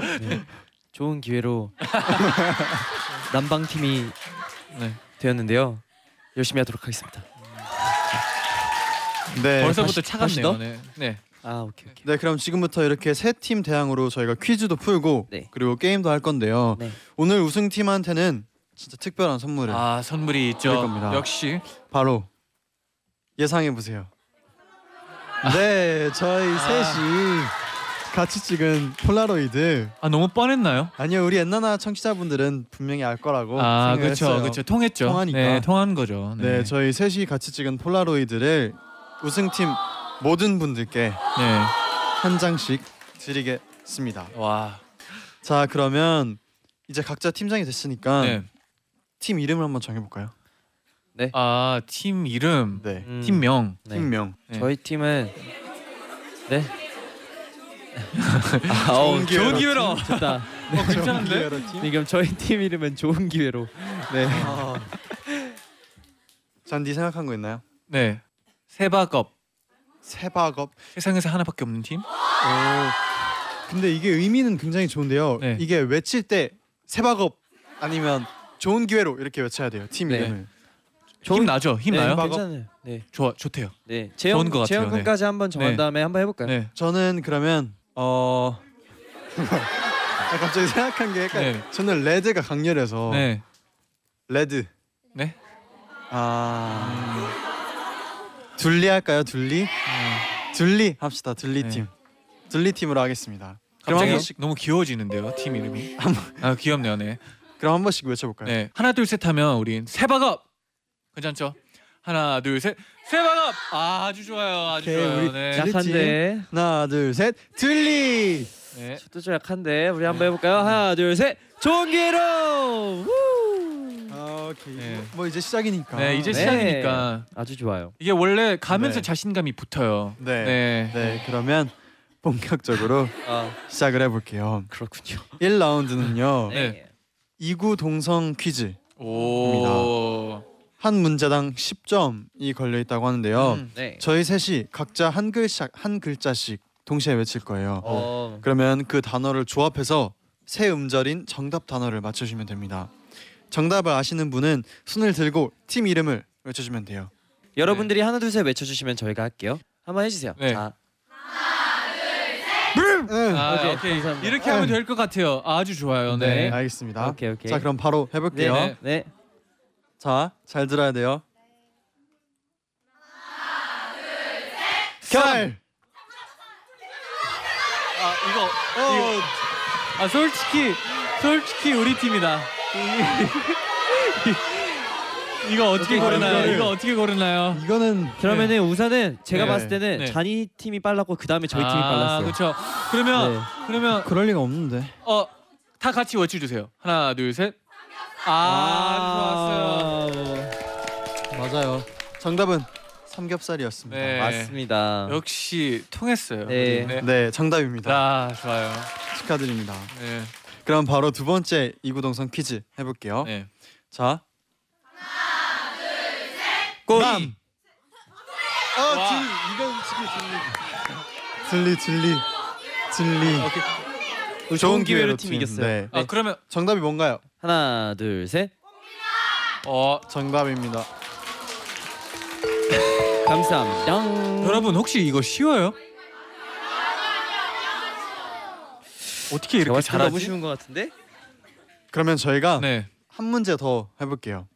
Speaker 5: 좋은 기회로 남방팀이
Speaker 3: 네.
Speaker 5: 되었는데요. 열심히 하도록 하겠습니다.
Speaker 2: 네.
Speaker 3: 벌써부터
Speaker 5: 다시- 다시
Speaker 3: 차갑네요.
Speaker 5: 더?
Speaker 3: 네. 네.
Speaker 5: 아, 오케이, 오케이.
Speaker 2: 네 그럼 지금부터 이렇게 세 팀 대항으로 저희가 퀴즈도 풀고
Speaker 5: 네.
Speaker 2: 그리고 게임도 할 건데요.
Speaker 5: 네.
Speaker 2: 오늘 우승 팀한테는 진짜 특별한 선물을
Speaker 3: 아 선물이
Speaker 2: 그럴
Speaker 3: 있죠.
Speaker 2: 겁니다.
Speaker 3: 역시
Speaker 2: 바로
Speaker 3: 아.
Speaker 2: 예상해 보세요. 네 저희 셋이 같이 찍은 폴라로이드.
Speaker 3: 아 너무 뻔했나요?
Speaker 2: 아니요, 우리 엔나나 청취자분들은 분명히 알 거라고
Speaker 3: 아
Speaker 2: 생각했어요.
Speaker 3: 그렇죠 그렇죠 통했죠.
Speaker 2: 통하니까.
Speaker 3: 네 통한 거죠.
Speaker 2: 네, 저희 셋이 같이 찍은 폴라로이드를 우승팀 모든 분들께
Speaker 3: 네.
Speaker 2: 한 장씩 드리겠습니다.
Speaker 3: 와.
Speaker 2: 자, 그러면 이제 각자 팀장이 됐으니까
Speaker 3: 네.
Speaker 2: 팀 이름을 한번 정해볼까요?
Speaker 3: 아팀 이름,
Speaker 2: 네,
Speaker 5: 음,
Speaker 3: 팀명.
Speaker 5: 네.
Speaker 2: 팀명.
Speaker 3: 네.
Speaker 5: 저희 팀은 네. 아, 어,
Speaker 2: 좋은 기회로.
Speaker 5: 기회로. 좋다.
Speaker 3: 어 괜찮은데?
Speaker 2: 정기회로 팀?
Speaker 5: 네, 그럼 저희 팀 이름은 좋은 기회로.
Speaker 2: 네. 잔디 생각한 거 있나요?
Speaker 3: 네. 세바겁
Speaker 2: 세바겁.
Speaker 3: 세상에서 하나밖에 없는 팀.
Speaker 2: 오. 근데 이게 의미는 굉장히 좋은데요.
Speaker 3: 네.
Speaker 2: 이게 외칠 때 세바겁 아니면 좋은 기회로 이렇게 외쳐야 돼요. 팀
Speaker 5: 네.
Speaker 2: 이름을.
Speaker 3: 힘 나죠? 힘
Speaker 5: 네,
Speaker 3: 나요?
Speaker 2: 세바겁.
Speaker 5: 괜찮아요. 네.
Speaker 3: 좋아 좋대요.
Speaker 5: 네.
Speaker 3: 좋은
Speaker 5: 재영
Speaker 3: 것 같아요,
Speaker 5: 재영
Speaker 3: 네.
Speaker 5: 군까지 한번 정한
Speaker 3: 네.
Speaker 5: 다음에 한번 해 볼까요?
Speaker 3: 네.
Speaker 2: 저는 그러면 어 아, 갑자기 생각한 게 약간
Speaker 3: 네.
Speaker 2: 저는 레드가 강렬해서
Speaker 3: 네.
Speaker 2: 레드.
Speaker 3: 네.
Speaker 2: 아 둘리 할까요? 둘리? 둘리 합시다. 둘리
Speaker 3: 네.
Speaker 2: 팀. 둘리 팀으로 하겠습니다. 그럼 한
Speaker 3: 갑자기
Speaker 2: 번씩
Speaker 3: 너무 귀여워지는데요 팀 이름이. 아 귀엽네요. 네.
Speaker 2: 그럼 한 번씩 외쳐볼까요?
Speaker 3: 네. 하나 둘 셋 하면 우린 세바겁 괜찮죠? 하나 둘 셋 세바겁 아, 아주 좋아요 아주
Speaker 2: 오케이,
Speaker 3: 좋아요.
Speaker 2: 우리
Speaker 3: 네.
Speaker 2: 자-
Speaker 5: 약한데.
Speaker 2: 하나 둘 셋 둘리.
Speaker 3: 네.
Speaker 5: 저도 좀 약한데 우리 한번 해 볼까요? 하나, 둘, 셋. 좋은 기회로. 우!
Speaker 2: 아, 오케이.
Speaker 3: 네.
Speaker 2: 뭐 이제 시작이니까.
Speaker 3: 네 이제
Speaker 5: 네.
Speaker 3: 시작이니까
Speaker 5: 아주 좋아요.
Speaker 3: 이게 원래 가면서
Speaker 2: 네.
Speaker 3: 자신감이 붙어요.
Speaker 2: 네.
Speaker 3: 네.
Speaker 2: 네, 그러면 본격적으로
Speaker 5: 아,
Speaker 2: 시작을 해볼게요.
Speaker 5: 그렇군요.
Speaker 2: 1라운드는요.
Speaker 3: 네.
Speaker 2: 이구 동성 퀴즈.
Speaker 3: 오.
Speaker 2: 한 문제당 10점이 걸려 있다고 하는데요.
Speaker 3: 음.
Speaker 5: 네.
Speaker 2: 저희 셋이 각자 한 글씩 한 글자씩 동시에 외칠 거예요.
Speaker 5: 어.
Speaker 2: 그러면 그 단어를 조합해서 새 음절인 정답 단어를 맞춰주시면 됩니다. 정답을 아시는 분은 손을 들고 팀 이름을 외쳐주면 돼요.
Speaker 5: 여러분들이 하나 둘 셋 외쳐주시면 저희가 할게요. 한번 해주세요.
Speaker 3: 네.
Speaker 5: 자,
Speaker 2: 응.
Speaker 3: 아,
Speaker 5: 오케이,
Speaker 3: 오케이.
Speaker 5: 감사합니다.
Speaker 3: 이렇게 하면 될 것 같아요. 아주 좋아요.
Speaker 2: 네,
Speaker 3: 네.
Speaker 2: 알겠습니다.
Speaker 5: 오케이 오케이.
Speaker 2: 자, 그럼 바로 해볼게요.
Speaker 3: 네, 네.
Speaker 5: 네.
Speaker 2: 자, 잘 들어야 돼요. 결.
Speaker 3: 아, 이거 이거 아, 솔직히 솔직히 우리 팀이다. 이- 이거 어떻게
Speaker 2: 아,
Speaker 3: 고르나요?
Speaker 2: 이거를-
Speaker 3: 이거 어떻게 고르나요?
Speaker 2: 이거는
Speaker 5: 그러면은 우선은 제가
Speaker 2: 네.
Speaker 5: 봤을 때는
Speaker 3: 네.
Speaker 5: 잔이 팀이 빨랐고 그 다음에 저희 팀이
Speaker 3: 아,
Speaker 5: 빨랐어요.
Speaker 3: 그렇죠. 그러면
Speaker 5: 네.
Speaker 3: 그러면
Speaker 2: 그럴 리가 없는데.
Speaker 3: 어, 다 같이 외쳐 주세요. 하나, 둘, 셋.
Speaker 5: 아,
Speaker 3: 아, 아주 좋았어요.
Speaker 2: 맞아요. 정답은 삼겹살이었습니다. 아,
Speaker 3: 네.
Speaker 5: 맞습니다.
Speaker 3: 역시 통했어요.
Speaker 5: 네.
Speaker 2: 네, 정답입니다.
Speaker 3: 아, 좋아요.
Speaker 2: 축하드립니다.
Speaker 3: 네.
Speaker 2: 그럼 바로 두 번째 이구동성 퀴즈 해볼게요.
Speaker 3: 네.
Speaker 2: 자,
Speaker 3: 꼬리.
Speaker 2: 어,
Speaker 3: 와.
Speaker 2: 이건 진리, 진리, 진리,
Speaker 3: 오케이.
Speaker 2: 진리.
Speaker 5: 좋은 기회로 팀 이겼어요.
Speaker 2: 네.
Speaker 3: 아, 그러면
Speaker 2: 정답이 뭔가요?
Speaker 5: 하나 둘 셋.
Speaker 3: 어,
Speaker 2: 정답입니다.
Speaker 5: 감사합니다.
Speaker 3: 여러분 혹시 이거 쉬워요? 어떻게
Speaker 5: 제가
Speaker 3: 이렇게
Speaker 5: 봤을 때 너무
Speaker 3: 잘하지?
Speaker 5: 쉬운 것 같은데?
Speaker 2: 그러면 저희가
Speaker 3: 네,
Speaker 2: 한 문제 더 해볼게요.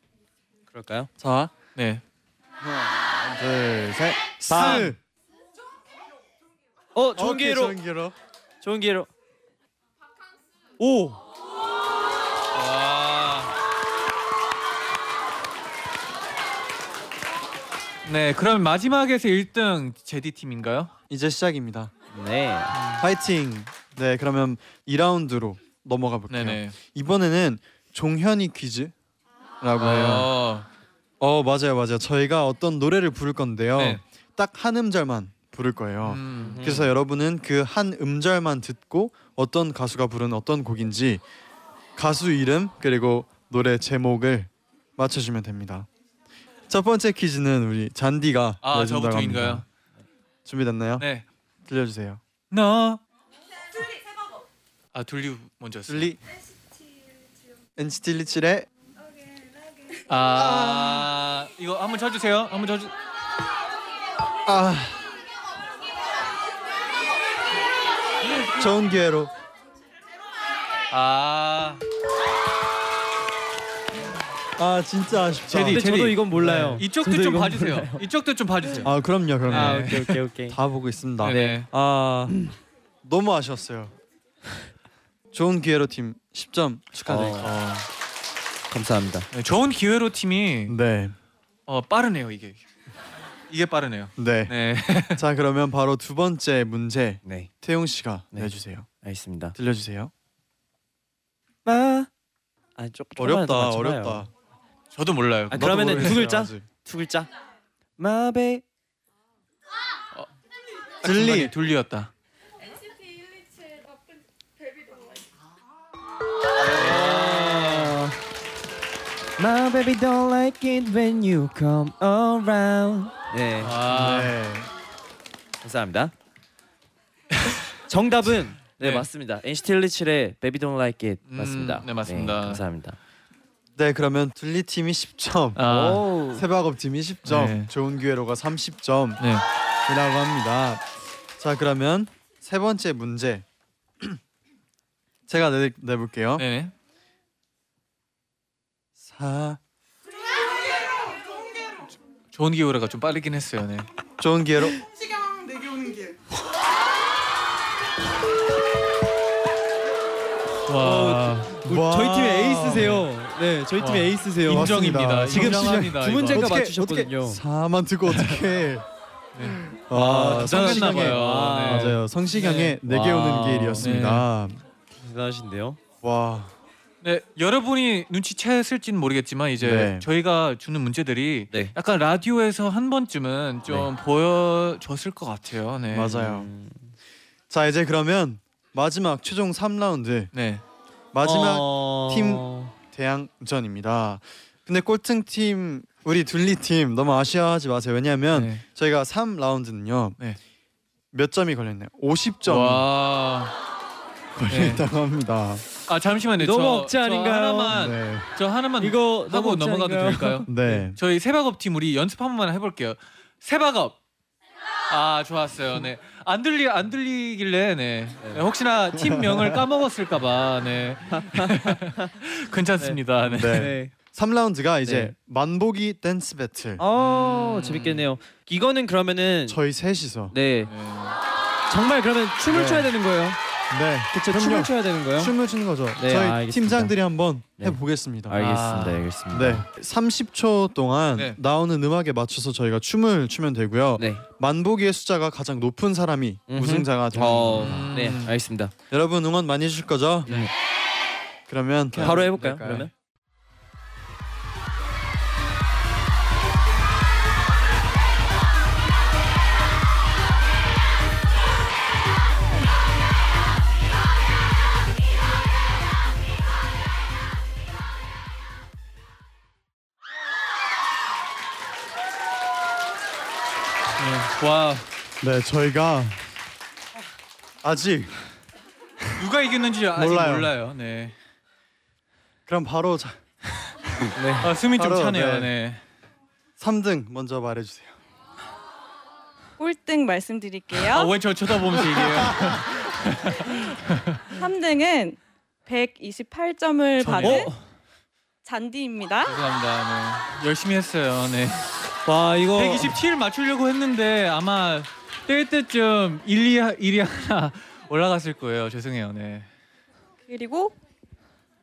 Speaker 5: 그럴까요?
Speaker 2: 자,
Speaker 3: 네.
Speaker 2: 하나, 둘, 셋.
Speaker 5: 스. 어 좋은
Speaker 2: 오케이,
Speaker 5: 기회로.
Speaker 2: 좋은 기회로.
Speaker 5: 좋은 기회로. 오.
Speaker 3: 아. 네, 그럼 마지막에서 1등 제디 팀인가요?
Speaker 2: 이제 시작입니다.
Speaker 5: 네.
Speaker 2: 파이팅. 네, 그러면 2라운드로 넘어가 볼게요.
Speaker 3: 네네.
Speaker 2: 이번에는 종현이 퀴즈라고 해요.
Speaker 3: 어,
Speaker 2: 어 맞아요 맞아요 저희가 어떤 노래를 부를 건데요
Speaker 3: 네.
Speaker 2: 딱 한 음절만 부를 거예요
Speaker 3: 음,
Speaker 2: 그래서 여러분은 그 한 음절만 듣고 어떤 가수가 부른 어떤 곡인지 가수 이름 그리고 노래 제목을 맞춰주면 됩니다 첫 번째 퀴즈는 우리 잔디가
Speaker 3: 아,
Speaker 2: 내준다고
Speaker 3: 저부터인가요?
Speaker 2: 합니다. 준비됐나요?
Speaker 3: 네.
Speaker 2: 들려주세요
Speaker 3: 너. 아, 둘리 먼저 했어요.
Speaker 2: 둘리 NCT 127의
Speaker 3: 아, 이거 한번 쳐주세요. 한번 쳐주.
Speaker 2: 아 좋은 기회로
Speaker 3: 아,
Speaker 2: 아 진짜 아쉽다
Speaker 3: 제디, 제디.
Speaker 5: 저도 이건 몰라요.
Speaker 3: 이쪽도
Speaker 5: 저도
Speaker 3: 좀
Speaker 5: 이건
Speaker 3: 봐주세요.
Speaker 5: 몰라요.
Speaker 3: 이쪽도 좀 봐주세요.
Speaker 2: 아 그럼요 그럼요
Speaker 5: 아 오케이 오케이 오케이.
Speaker 2: 다 보고 있습니다
Speaker 3: 네.
Speaker 2: 아 너무 아쉬웠어요. 좋은 기회로 팀 10점 축하드립니다.
Speaker 5: 어, 감사합니다.
Speaker 3: 네, 좋은 기회로 팀이
Speaker 2: 네,
Speaker 3: 어, 빠르네요 이게 이게 빠르네요.
Speaker 2: 네.
Speaker 3: 네.
Speaker 2: 자 그러면 바로 두 번째 문제
Speaker 5: 네,
Speaker 2: 태용 씨가
Speaker 5: 네.
Speaker 2: 내주세요.
Speaker 5: 알겠습니다.
Speaker 2: 들려주세요.
Speaker 5: 마. 아, 조, 조금만
Speaker 2: 어렵다,
Speaker 5: 더 맞춰봐요.
Speaker 2: 어렵다.
Speaker 3: 저도 몰라요.
Speaker 5: 아, 그러면은
Speaker 2: 나도
Speaker 5: 두 글자?
Speaker 2: 모르겠어요, 아직.
Speaker 5: 두 글자. 마베.
Speaker 2: 들리.
Speaker 3: 둘리였다.
Speaker 5: My baby don't like it when you come around. 네,
Speaker 3: 아,
Speaker 2: 네.
Speaker 5: 감사합니다. 정답은 네,
Speaker 3: 네.
Speaker 5: 맞습니다. NCT 127의 Baby Don't Like It
Speaker 3: 음,
Speaker 5: 맞습니다.
Speaker 3: 네, 맞습니다.
Speaker 5: 감사합니다.
Speaker 2: 네 그러면 들리 팀이 10점,
Speaker 3: 아,
Speaker 5: 오.
Speaker 2: 세바업 팀이 10점,
Speaker 3: 네.
Speaker 2: 좋은 기회로가 30점.
Speaker 3: 네.
Speaker 2: 이라고 합니다. 자 그러면 세 번째 문제 제가 내, 내볼게요.
Speaker 3: 네네.
Speaker 2: 사
Speaker 3: 좋은 기회로가 좀 빠르긴 했어요. 네.
Speaker 2: 좋은 기회로
Speaker 3: 와,
Speaker 5: 우리
Speaker 2: 와.
Speaker 5: 저희 팀의 에이스세요. 네, 저희 팀의
Speaker 3: 와.
Speaker 5: 에이스세요.
Speaker 3: 어, 인정입니다.
Speaker 2: 맞습니다.
Speaker 5: 지금
Speaker 3: 인정합니다.
Speaker 5: 두
Speaker 3: 이거.
Speaker 5: 문제가
Speaker 2: 어떻게-
Speaker 5: 맞추셨거든요.
Speaker 2: 사만 듣고 어떻게?
Speaker 3: 네.
Speaker 2: 와
Speaker 3: 아, 대단했나
Speaker 2: 성시경의-
Speaker 3: 봐요.
Speaker 2: 아,
Speaker 3: 네.
Speaker 2: 맞아요. 성시경의
Speaker 5: 네.
Speaker 2: 내게 오는
Speaker 5: 와우.
Speaker 2: 길이었습니다.
Speaker 5: 대단하신데요.
Speaker 2: 와
Speaker 3: 네, 여러분이 눈치챘을진 모르겠지만 이제
Speaker 2: 네.
Speaker 3: 저희가 주는 문제들이
Speaker 5: 네.
Speaker 3: 약간 라디오에서 한 번쯤은 좀 보여줬을 것 같아요. 네.
Speaker 2: 맞아요. 자 이제 그러면 마지막 최종 3라운드
Speaker 3: 네.
Speaker 2: 마지막
Speaker 5: 어...
Speaker 2: 팀 대항전입니다. 근데 꼴등 팀 우리 둘리 팀 너무 아쉬워하지 마세요. 왜냐하면
Speaker 3: 네.
Speaker 2: 저희가 3라운드는요.
Speaker 3: 네.
Speaker 2: 몇 점이 걸렸나요? 50점이
Speaker 3: 와.
Speaker 2: 걸렸다고 합니다.
Speaker 3: 아 잠시만요.
Speaker 5: 너무
Speaker 3: 저-
Speaker 5: 억지 아닌가요?
Speaker 3: 저 하나만
Speaker 2: 네.
Speaker 3: 저 하나만
Speaker 5: 이거
Speaker 3: 하고
Speaker 5: 너무
Speaker 3: 넘어가도
Speaker 5: 없지 않을까요?
Speaker 3: 될까요?
Speaker 2: 네.
Speaker 3: 저희 세박업 팀 우리 연습 한 번만 해볼게요. 세박업. 아 좋았어요. 네. 안 들리 안 들리길래 네. 네, 혹시나 팀명을 까먹었을까봐 네. 괜찮습니다. 네.
Speaker 2: 네.
Speaker 5: 네.
Speaker 2: 3라운드가 이제
Speaker 5: 네.
Speaker 2: 만보기 댄스 배틀.
Speaker 5: 어,
Speaker 3: 음.
Speaker 5: 재밌겠네요. 이거는 그러면은
Speaker 2: 저희 셋이서.
Speaker 5: 네. 정말 그러면 춤을
Speaker 2: 네.
Speaker 5: 춰야 되는 거예요.
Speaker 2: 네.
Speaker 5: 그쵸
Speaker 2: 그럼요.
Speaker 5: 춤을 춰야 되는 거예요.
Speaker 2: 춤을 추는 거죠.
Speaker 5: 네,
Speaker 2: 저희
Speaker 5: 알겠습니다.
Speaker 2: 팀장들이 한번
Speaker 5: 네.
Speaker 2: 해보겠습니다.
Speaker 3: 아.
Speaker 5: 알겠습니다. 알겠습니다.
Speaker 2: 네. 30초 동안
Speaker 3: 네.
Speaker 2: 나오는 음악에 맞춰서 저희가 춤을 추면 되고요.
Speaker 5: 네.
Speaker 2: 만보기의 숫자가 가장 높은 사람이
Speaker 5: 음흠.
Speaker 2: 우승자가 됩니다.
Speaker 5: 어,
Speaker 3: 음.
Speaker 5: 네, 알겠습니다.
Speaker 2: 여러분 응원 많이 해주실 거죠?
Speaker 5: 네.
Speaker 2: 그러면
Speaker 3: 네.
Speaker 5: 바로 해볼까요?
Speaker 2: 될까요?
Speaker 5: 그러면
Speaker 3: 네. 와
Speaker 2: 네 저희가 아직
Speaker 3: 누가 이겼는지 아직
Speaker 2: 몰라요.
Speaker 3: 몰라요. 네.
Speaker 2: 그럼 바로 자,
Speaker 3: 아, 숨이 좀
Speaker 2: 네. 바로,
Speaker 3: 차네요.
Speaker 2: 네.
Speaker 3: 네.
Speaker 2: 3등 먼저 말해주세요.
Speaker 3: 아,
Speaker 10: 꼴등 말씀드릴게요.
Speaker 3: 왜 저 쳐다보면서 얘기해요?
Speaker 10: 3등은 128점을
Speaker 3: 저-
Speaker 10: 받은
Speaker 3: 어?
Speaker 10: 잔디입니다.
Speaker 3: 죄송합니다. 네. 열심히 했어요. 네.
Speaker 5: 와 이거
Speaker 3: 127 맞추려고 했는데 아마 뜰 때쯤 1, 2, 1이 하나 올라갔을 거예요. 죄송해요. 네.
Speaker 10: 그리고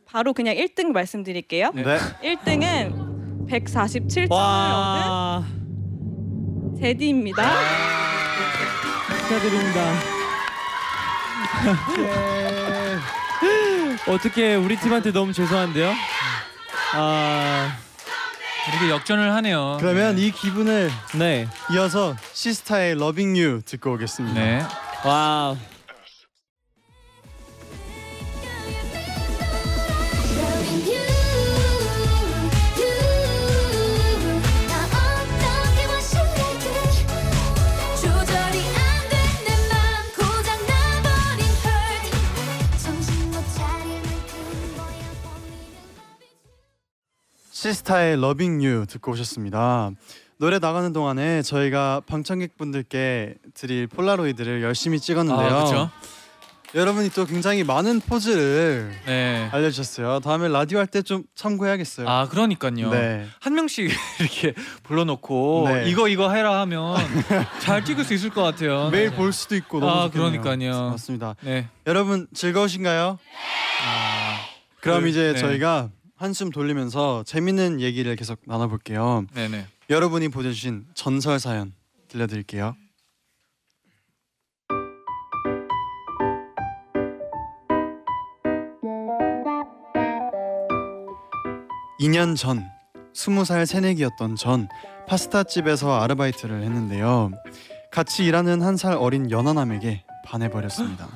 Speaker 10: 바로 그냥 1등 말씀드릴게요.
Speaker 3: 네.
Speaker 2: 네.
Speaker 10: 1등은 147점을
Speaker 2: 아.
Speaker 5: 와
Speaker 3: 아,
Speaker 10: 얻은 제디입니다.
Speaker 5: 축하드립니다. 어떻게 우리 팀한테 너무 죄송한데요. 아
Speaker 3: 이렇게 역전을 하네요.
Speaker 2: 그러면
Speaker 3: 네.
Speaker 2: 이 기분을
Speaker 5: 네.
Speaker 2: 이어서 시스타의 Loving You 듣고 오겠습니다.
Speaker 3: 네.
Speaker 5: 와
Speaker 9: Loving you, you. 나 어떻게 무시할게? 조절이 안 된 내 맘 고장 나버린 hurt. 정신 못 차리는 그 모양 보이는
Speaker 2: 시스타의 Loving You 듣고 오셨습니다. 노래 나가는 동안에 저희가 방청객분들께 드릴 폴라로이드를 열심히
Speaker 3: 아,
Speaker 2: 찍었는데요.
Speaker 3: 그렇죠.
Speaker 2: 여러분이 또 굉장히 많은 포즈를
Speaker 3: 네.
Speaker 2: 알려주셨어요. 다음에 라디오 할 때 좀 참고해야겠어요.
Speaker 3: 아 그러니까요.
Speaker 2: 네.
Speaker 3: 한 명씩 이렇게 불러놓고
Speaker 2: 네.
Speaker 3: 이거 이거 해라 하면 잘 찍을 수 있을 것 같아요. 네.
Speaker 2: 매일 볼 수도 있고 너무
Speaker 3: 아,
Speaker 2: 좋겠네요.
Speaker 3: 그러니까요.
Speaker 2: 맞습니다.
Speaker 3: 네.
Speaker 2: 여러분 즐거우신가요? 아. 그럼
Speaker 3: 그,
Speaker 2: 이제
Speaker 3: 네.
Speaker 2: 저희가 한숨 돌리면서 재밌는 얘기를 계속 나눠볼게요.
Speaker 3: 네네.
Speaker 2: 여러분이 보내주신 전설 사연 들려드릴게요. (2년) 전 (20살) 새내기였던 전 파스타집에서 아르바이트를 했는데요 같이 일하는 한 살 어린 연하남에게 반해버렸습니다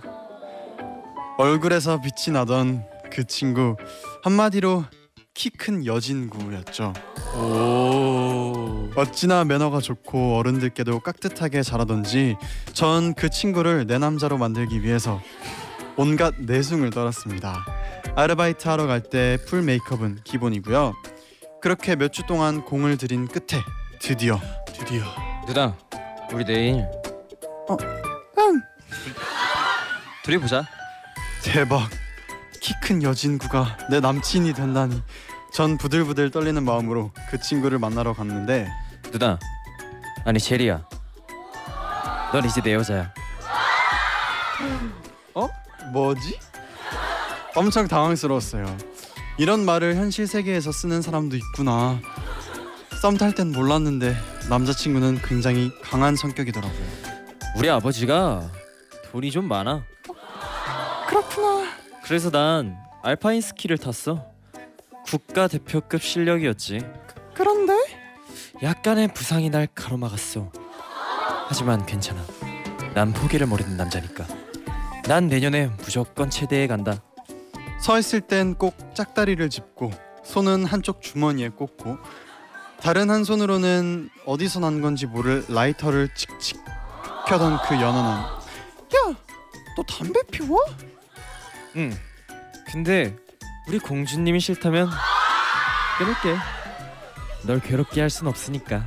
Speaker 2: 얼굴에서 빛이 나던 그 친구 한마디로 키 큰 여진구였죠
Speaker 3: 오.
Speaker 2: 어찌나 매너가 좋고 어른들께도 깍듯하게 잘하던지 전 그 친구를 내 남자로 만들기 위해서 온갖 내숭을 떨었습니다. 아르바이트 하러 갈 때 풀 메이크업은 기본이고요. 그렇게 몇 주 동안 공을 들인 끝에 드디어 드디어
Speaker 5: 누나 우리 내일
Speaker 8: 응.
Speaker 5: 둘이 보자
Speaker 2: 대박 키 큰 여진구가 내 남친이 된다니 전 부들부들 떨리는 마음으로 그 친구를 만나러 갔는데
Speaker 5: 누나 아니 제리야 넌 이제 내 여자야
Speaker 2: 뭐지? 엄청 당황스러웠어요. 이런 말을 현실 세계에서 쓰는 사람도 있구나. 썸 탈 땐 몰랐는데 남자친구는 굉장히 강한 성격이더라고요.
Speaker 5: 우리 아버지가 돈이 좀 많아
Speaker 8: 그렇구나.
Speaker 5: 그래서 난 알파인 스키를 탔어 국가 대표급 실력이었지
Speaker 6: 그런데
Speaker 5: 약간의 부상이 날 가로막았어 하지만 괜찮아 난 포기를 모르는 남자니까 난 내년에 무조건 체대에 간다
Speaker 2: 서 있을 땐 꼭 짝다리를 짚고 손은 한쪽 주머니에 꽂고 다른 한 손으로는 어디서 난 건지 모를 라이터를 칙칙 펴던 그 연하남.
Speaker 6: 너 담배 피워?
Speaker 5: 응 근데 우리 공주님이 싫다면 끊을게 널 괴롭게 할 순 없으니까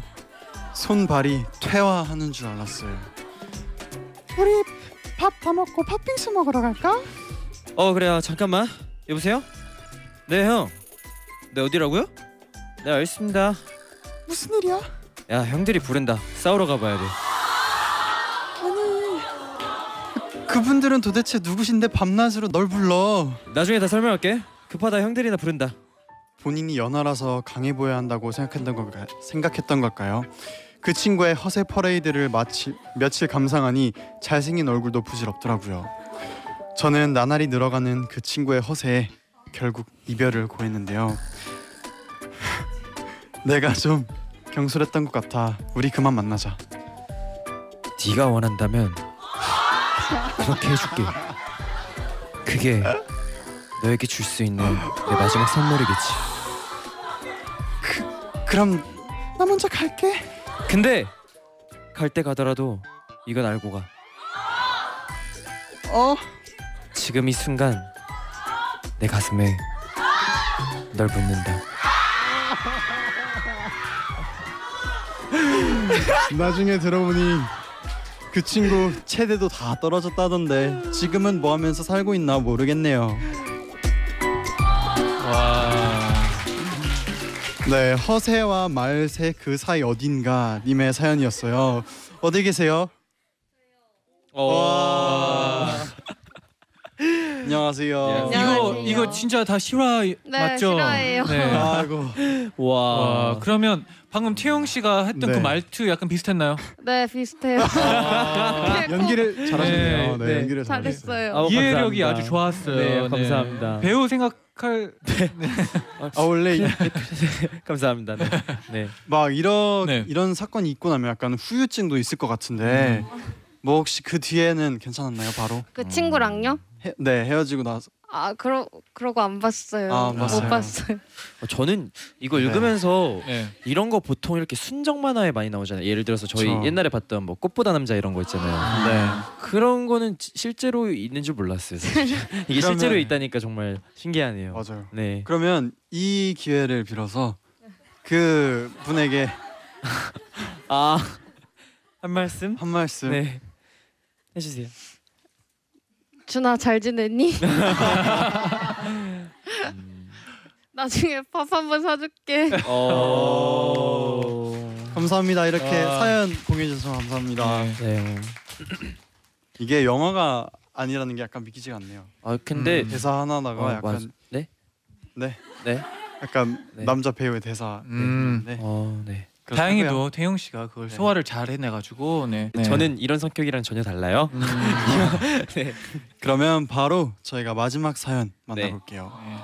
Speaker 2: 손발이 퇴화하는 줄 알았어요.
Speaker 6: 우리 밥 다 먹고 팥빙수 먹으러 갈까?
Speaker 5: 어 그래요 잠깐만 여보세요 네형네 어디라고요 네 알겠습니다
Speaker 6: 무슨 일이야?
Speaker 5: 야 형들이 부른다 싸우러 가봐야 돼
Speaker 2: 그분들은 도대체 누구신데 밤낮으로 널 불러?
Speaker 5: 나중에 다 설명할게 급하다 형들이나 부른다
Speaker 2: 본인이 연하라서 강해 보여야 한다고 생각했던 걸까, 생각했던 걸까요? 그 친구의 허세 퍼레이드를 마치, 며칠 감상하니 잘생긴 얼굴도 부질없더라고요. 저는 나날이 늘어가는 그 친구의 허세에 결국 이별을 고했는데요. 내가 좀 경솔했던 것 같아. 우리 그만 만나자.
Speaker 5: 네가 원한다면 그렇게 해줄게. 그게 너에게 줄 수 있는 내 마지막 선물이겠지.
Speaker 2: 그럼
Speaker 6: 나 먼저 갈게.
Speaker 5: 근데 갈 때 가더라도 이건 알고 가.
Speaker 6: 어.
Speaker 5: 지금 이 순간 내 가슴에 널 묻는다.
Speaker 2: 나중에 들어보니 그 친구 체대도 다 떨어졌다던데 지금은 뭐 하면서 살고 있나 모르겠네요.
Speaker 3: 와.
Speaker 2: 네, 허세와 말세 그 사이 어딘가 님의 사연이었어요. 어디 계세요? 와. 안녕하세요.
Speaker 10: 네.
Speaker 3: 이거
Speaker 10: 안녕하세요.
Speaker 3: 이거 진짜 다 실화 맞죠?
Speaker 8: 실화예요.
Speaker 3: 네.
Speaker 2: 아이고.
Speaker 3: 와. 그러면 방금 태용 씨가 했던
Speaker 2: 네.
Speaker 3: 그 말투 약간 비슷했나요?
Speaker 8: 네 비슷해요.
Speaker 11: 네.
Speaker 2: 연기를 잘하셨네요. 네,
Speaker 5: 네, 네.
Speaker 2: 연기를 잘했어요.
Speaker 5: 아우,
Speaker 3: 이해력이
Speaker 5: 감사합니다.
Speaker 3: 아주 좋았어요.
Speaker 5: 네, 감사합니다.
Speaker 3: 배우 생각할
Speaker 2: 아 원래 이-
Speaker 5: 감사합니다. 네. 네.
Speaker 2: 막 이런
Speaker 3: 네.
Speaker 2: 이런 사건이 있고 나면 약간 후유증도 있을 것 같은데 뭐 혹시 그 뒤에는 괜찮았나요? 바로
Speaker 11: 그 친구랑요?
Speaker 2: 헤- 네 헤어지고 나서
Speaker 11: 아 그러 그러고 안 봤어요.
Speaker 2: 아,
Speaker 11: 못
Speaker 2: 봤어요.
Speaker 11: 봤어요.
Speaker 5: 어, 저는 이거
Speaker 2: 네.
Speaker 5: 읽으면서
Speaker 3: 네.
Speaker 5: 이런 거 보통 이렇게 순정 만화에 많이 나오잖아요. 예를 들어서 저희
Speaker 2: 그쵸.
Speaker 5: 옛날에 봤던 뭐 꽃보다 남자 이런 거 있잖아요.
Speaker 2: 네
Speaker 5: 그런 거는 지- 실제로 있는 줄 몰랐어요. 사실.
Speaker 2: 그러면-
Speaker 5: 이게 실제로 있다니까 정말 신기하네요.
Speaker 2: 맞아요.
Speaker 5: 네.
Speaker 2: 그러면 이 기회를 빌어서 그 분에게
Speaker 5: 아, 한 말씀?
Speaker 2: 한 말씀
Speaker 5: 네. 해주세요.
Speaker 11: 준아 잘 지냈니?
Speaker 3: 음.
Speaker 11: 나중에 밥 한 번 사줄게.
Speaker 2: 감사합니다. 이렇게
Speaker 11: 아.
Speaker 2: 사연 공유해 주셔서
Speaker 5: 아,
Speaker 2: 감사합니다.
Speaker 3: 네.
Speaker 2: 이게 영화가 아니라는 게 약간 믿기지가 않네요.
Speaker 5: 아 근데
Speaker 2: 음, 대사 하나하나가
Speaker 5: 어,
Speaker 2: 약간
Speaker 5: 맞- 네?
Speaker 2: 네.
Speaker 5: 네.
Speaker 2: 약간 남자 배우의 대사.
Speaker 3: 음.
Speaker 2: 네.
Speaker 5: 어, 네.
Speaker 3: 다행히도 태용 씨가 그걸 소화를 잘 해내가지고 네.
Speaker 5: 저는 이런 성격이랑 전혀 달라요.
Speaker 2: 음. 그러면 바로 저희가 마지막 사연 만나볼게요.
Speaker 3: 네.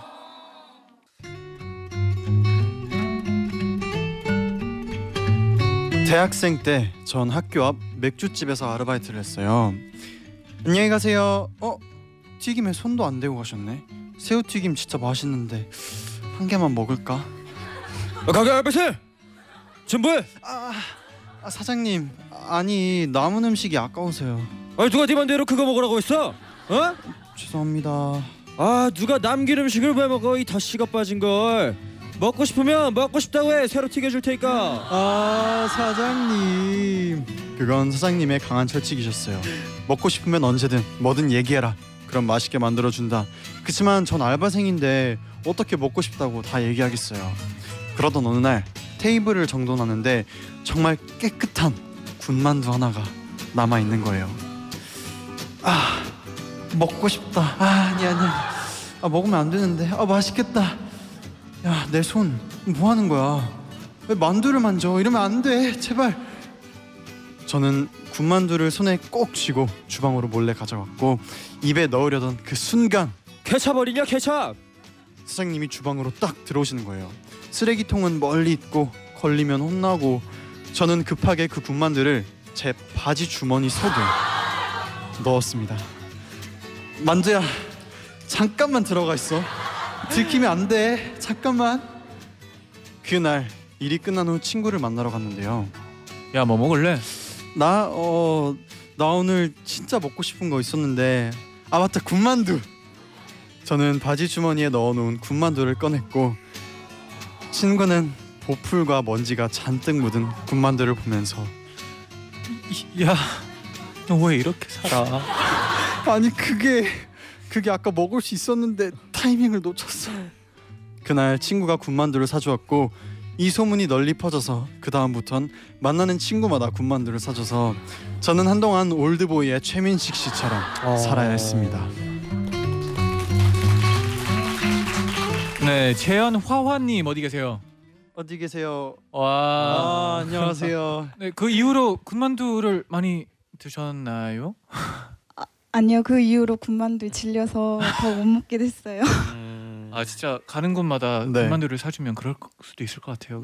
Speaker 2: 대학생 때 전 학교 앞 맥주집에서 아르바이트를 했어요. 안녕히 가세요. 어? 튀김에 손도 안 대고 가셨네. 새우튀김 진짜 맛있는데 한 개만 먹을까?
Speaker 5: 어,
Speaker 2: 가게 알바세! 전부해! 아, 아, 사장님 아니 남은 음식이 아까우세요.
Speaker 5: 아니 누가 네 맘대로 그거 먹으라고 했어? 어?
Speaker 2: 죄송합니다.
Speaker 5: 아 누가 남긴 음식을 왜 먹어 이 더씨가 빠진 걸. 먹고 싶으면 먹고 싶다고 해. 새로 튀겨줄 테니까.
Speaker 2: 아 사장님. 그건 사장님의 강한 철칙이셨어요. 먹고 싶으면 언제든 뭐든 얘기해라. 그럼 맛있게 만들어 준다. 그치만 전 알바생인데 어떻게 먹고 싶다고 다 얘기하겠어요. 그러던 어느 날 테이블을 정돈하는데 정말 깨끗한 군만두 하나가 남아 있는 거예요. 아 먹고 싶다. 아 아니 아니. 아 먹으면 안 되는데. 아 맛있겠다. 야 내 손 뭐 하는 거야? 왜 만두를 만져? 이러면 안 돼. 제발. 저는 군만두를 손에 꼭 쥐고 주방으로 몰래 가져갔고 입에 넣으려던 그 순간 케찹 어리냐 케찹! 사장님이 주방으로 딱 들어오시는 거예요. 쓰레기통은 멀리 있고 걸리면 혼나고 저는 급하게 그 군만두를 제 바지 주머니 속에 넣었습니다. 만두야 잠깐만 들어가 있어. 들키면 안 돼. 잠깐만. 그날 일이 끝난 후 친구를 만나러 갔는데요.
Speaker 3: 야 뭐 먹을래?
Speaker 2: 나 어, 나 오늘 진짜 먹고 싶은 거 있었는데 아 맞다 군만두. 저는 바지 주머니에 넣어놓은 군만두를 꺼냈고 친구는 보풀과 먼지가 잔뜩 묻은 군만두를 보면서
Speaker 3: 너 왜 이렇게 살아?
Speaker 2: 아니 그게 그게 아까 먹을 수 있었는데 타이밍을 놓쳤어. 그날 친구가 군만두를 사주었고 이 소문이 널리 퍼져서 그 다음부턴 만나는 친구마다 군만두를 사줘서 저는 한동안 올드보이의 최민식 씨처럼
Speaker 5: 어.
Speaker 2: 살아야 했습니다.
Speaker 3: 네 재현 화환님 어디 계세요?
Speaker 2: 어디 계세요?
Speaker 3: 와
Speaker 2: 아, 안녕하세요.
Speaker 3: 네그 이후로 군만두를 많이 드셨나요?
Speaker 12: 아니요 그 이후로 군만두 질려서 더 못 먹게 됐어요.
Speaker 5: 음.
Speaker 3: 아 진짜 가는 곳마다 군만두를 사주면 그럴 수도 있을 것 같아요.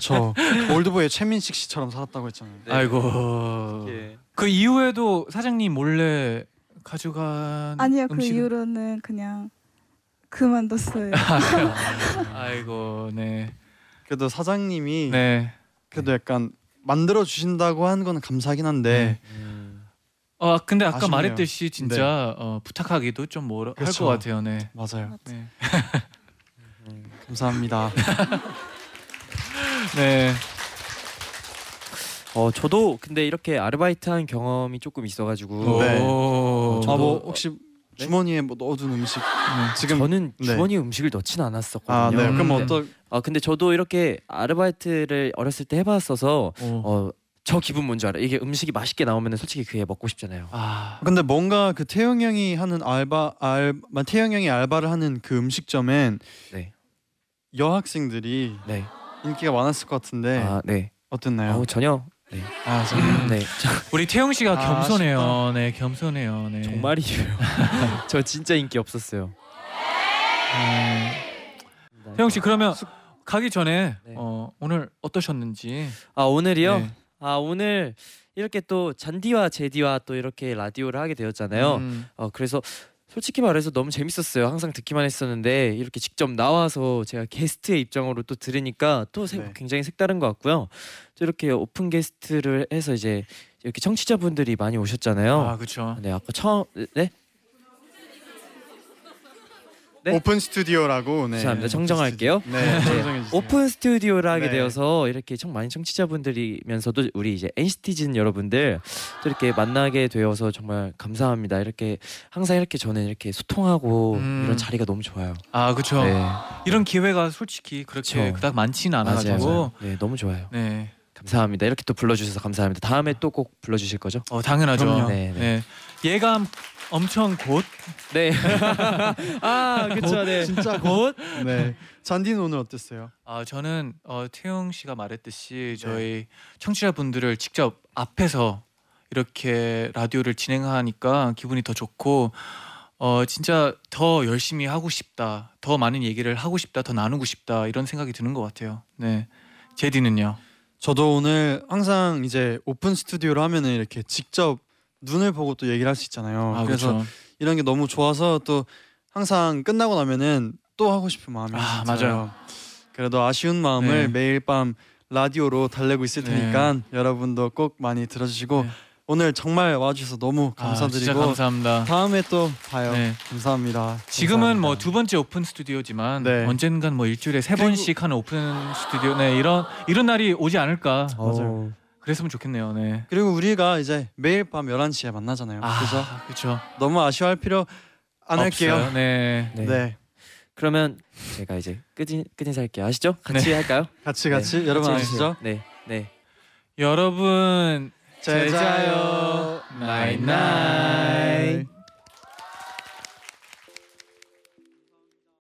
Speaker 2: 저 올드보이의 최민식 씨처럼 살았다고 했잖아요. 네.
Speaker 3: 아이고
Speaker 5: 예.
Speaker 3: 그 이후에도 사장님 몰래 가져간
Speaker 12: 아니요 그
Speaker 3: 음식은-
Speaker 12: 이후로는 그냥 그만뒀어요.
Speaker 3: 아이고 네.
Speaker 2: 그래도 사장님이 그래도 약간 만들어 주신다고 한 건 감사하긴 한데
Speaker 3: 어 근데 아까
Speaker 2: 아쉽네요.
Speaker 3: 말했듯이 진짜 어, 부탁하기도 좀 뭐라
Speaker 2: 그렇죠.
Speaker 3: 할것 같아요. 네.
Speaker 2: 맞아요.
Speaker 3: 네.
Speaker 2: 감사합니다.
Speaker 3: 네.
Speaker 5: 어 저도 근데 이렇게 아르바이트한 경험이 조금 있어가지고.
Speaker 2: 네.
Speaker 5: 어, 저도-
Speaker 2: 아 뭐 혹시 주머니에 뭐 넣어둔 음식 지금
Speaker 5: 저는
Speaker 2: 네.
Speaker 5: 주머니 음식을 넣진 않았었거든요.
Speaker 2: 아, 네. 그럼
Speaker 5: 근데-
Speaker 2: 어떤-
Speaker 5: 아 근데 저도 이렇게 아르바이트를 어렸을 때 해봤어서 어, 저 기분 뭔지 알아. 요 이게 음식이 맛있게 나오면 솔직히 그게 먹고 싶잖아요.
Speaker 2: 근데 뭔가 그 태영 형이 하는 알바 알 태영 형이 알바를 하는 그 음식점엔
Speaker 5: 네.
Speaker 2: 여학생들이 인기가 많았을 것 같은데
Speaker 5: 아, 네.
Speaker 2: 어땠나요?
Speaker 5: 아우, 전혀. 네.
Speaker 2: 아,
Speaker 3: 음.
Speaker 5: 네.
Speaker 3: 우리 태용 씨가
Speaker 5: 아,
Speaker 3: 겸손해요. 네, 겸손해요. 네.
Speaker 5: 정말이에요. 저 진짜 인기 없었어요.
Speaker 3: 네. 태용 씨 그러면 가기 전에 어, 오늘 어떠셨는지
Speaker 5: 아 오늘이요?
Speaker 3: 네.
Speaker 5: 아 오늘 이렇게 또 잔디와 제디와 또 이렇게 라디오를 하게 되었잖아요.
Speaker 3: 음.
Speaker 5: 어 그래서 솔직히 말해서 너무 재밌었어요. 항상 듣기만 했었는데 이렇게 직접 나와서 제가 게스트의 입장으로 또 들으니까 또
Speaker 2: 네.
Speaker 5: 색- 굉장히 색다른 것 같고요. 또 이렇게 오픈 게스트를 해서 이제 이렇게 청취자분들이 많이 오셨잖아요.
Speaker 3: 아, 그렇죠.
Speaker 5: 네, 아까 처음 네?
Speaker 2: 오픈 스튜디오라고. 네.
Speaker 5: 죄송합니다. 정정할게요.
Speaker 2: 네, 정정해 주세요.
Speaker 5: 오픈 스튜디오를 하게
Speaker 2: 네.
Speaker 5: 되어서 이렇게 청 많은 청취자분들이면서도 우리 이제 NCT즌 여러분들 또 이렇게 만나게 되어서 정말 감사합니다. 이렇게 항상 이렇게 저는 이렇게 소통하고
Speaker 2: 음.
Speaker 5: 이런 자리가 너무 좋아요.
Speaker 3: 아
Speaker 2: 어.
Speaker 3: 그렇죠.
Speaker 5: 네.
Speaker 3: 이런 기회가 솔직히 그렇게
Speaker 5: 그쵸.
Speaker 3: 그닥 많지는
Speaker 5: 맞아요,
Speaker 3: 않아가지고
Speaker 5: 맞아요. 네, 너무 좋아요.
Speaker 3: 네.
Speaker 5: 감사합니다. 이렇게 또 불러주셔서 감사합니다. 다음에 또 꼭 불러주실 거죠?
Speaker 3: 어, 당연하죠.
Speaker 5: 네, 네.
Speaker 3: 네. 예감 엄청 곧.
Speaker 5: 네. 아
Speaker 3: 그쵸, 네.
Speaker 2: 진짜 곧. 네. 잔디는 오늘 어땠어요?
Speaker 3: 아 저는 어, 태용 씨가 말했듯이
Speaker 2: 네.
Speaker 3: 저희 청취자분들을 직접 앞에서 이렇게 라디오를 진행하니까 기분이 더 좋고 어 진짜 더 열심히 하고 싶다, 더 많은 얘기를 하고 싶다, 더 나누고 싶다 이런 생각이 드는 것 같아요. 네, 제디는요?
Speaker 2: 저도 오늘 항상 이제 오픈 스튜디오로 하면은 이렇게 직접 눈을 보고 또 얘기를 할 수 있잖아요.
Speaker 3: 아,
Speaker 2: 어, 그래서
Speaker 3: 그쵸.
Speaker 2: 이런 게 너무 좋아서 또 항상 끝나고 나면은 또 하고 싶은 마음이
Speaker 3: 아,
Speaker 2: 진짜요.
Speaker 3: 맞아요.
Speaker 2: 그래도 아쉬운 마음을
Speaker 3: 네.
Speaker 2: 매일 밤 라디오로 달래고 있을
Speaker 3: 네.
Speaker 2: 테니까 여러분도 꼭 많이 들어주시고 오늘 정말 와주셔서 너무
Speaker 3: 아, 진짜
Speaker 2: 감사드리고
Speaker 3: 감사합니다.
Speaker 2: 다음에 또 봐요.
Speaker 3: 네.
Speaker 2: 감사합니다.
Speaker 3: 지금은 뭐 두 번째 오픈 스튜디오지만
Speaker 2: 네.
Speaker 3: 언젠간 뭐 일주일에 세 번씩 하는 오픈 스튜디오 네 이런 이런 날이 오지 않을까
Speaker 5: 어,
Speaker 2: 맞아요.
Speaker 3: 그랬으면 좋겠네요 네
Speaker 2: 그리고 우리가 이제 매일 밤 11시에 만나잖아요. 그죠?
Speaker 3: 그렇죠
Speaker 2: 너무 아쉬워할 필요 안 할게요.
Speaker 3: 없어요. 네.
Speaker 2: 네.
Speaker 5: 그러면 제가 이제 끄진 끄진살게요. 아시죠? 같이
Speaker 3: 네.
Speaker 5: 할까요?
Speaker 2: 같이, 같이. 여러분 아시죠?
Speaker 5: 네. 네.
Speaker 3: 여러분
Speaker 5: 제자요.
Speaker 3: 나잇나잇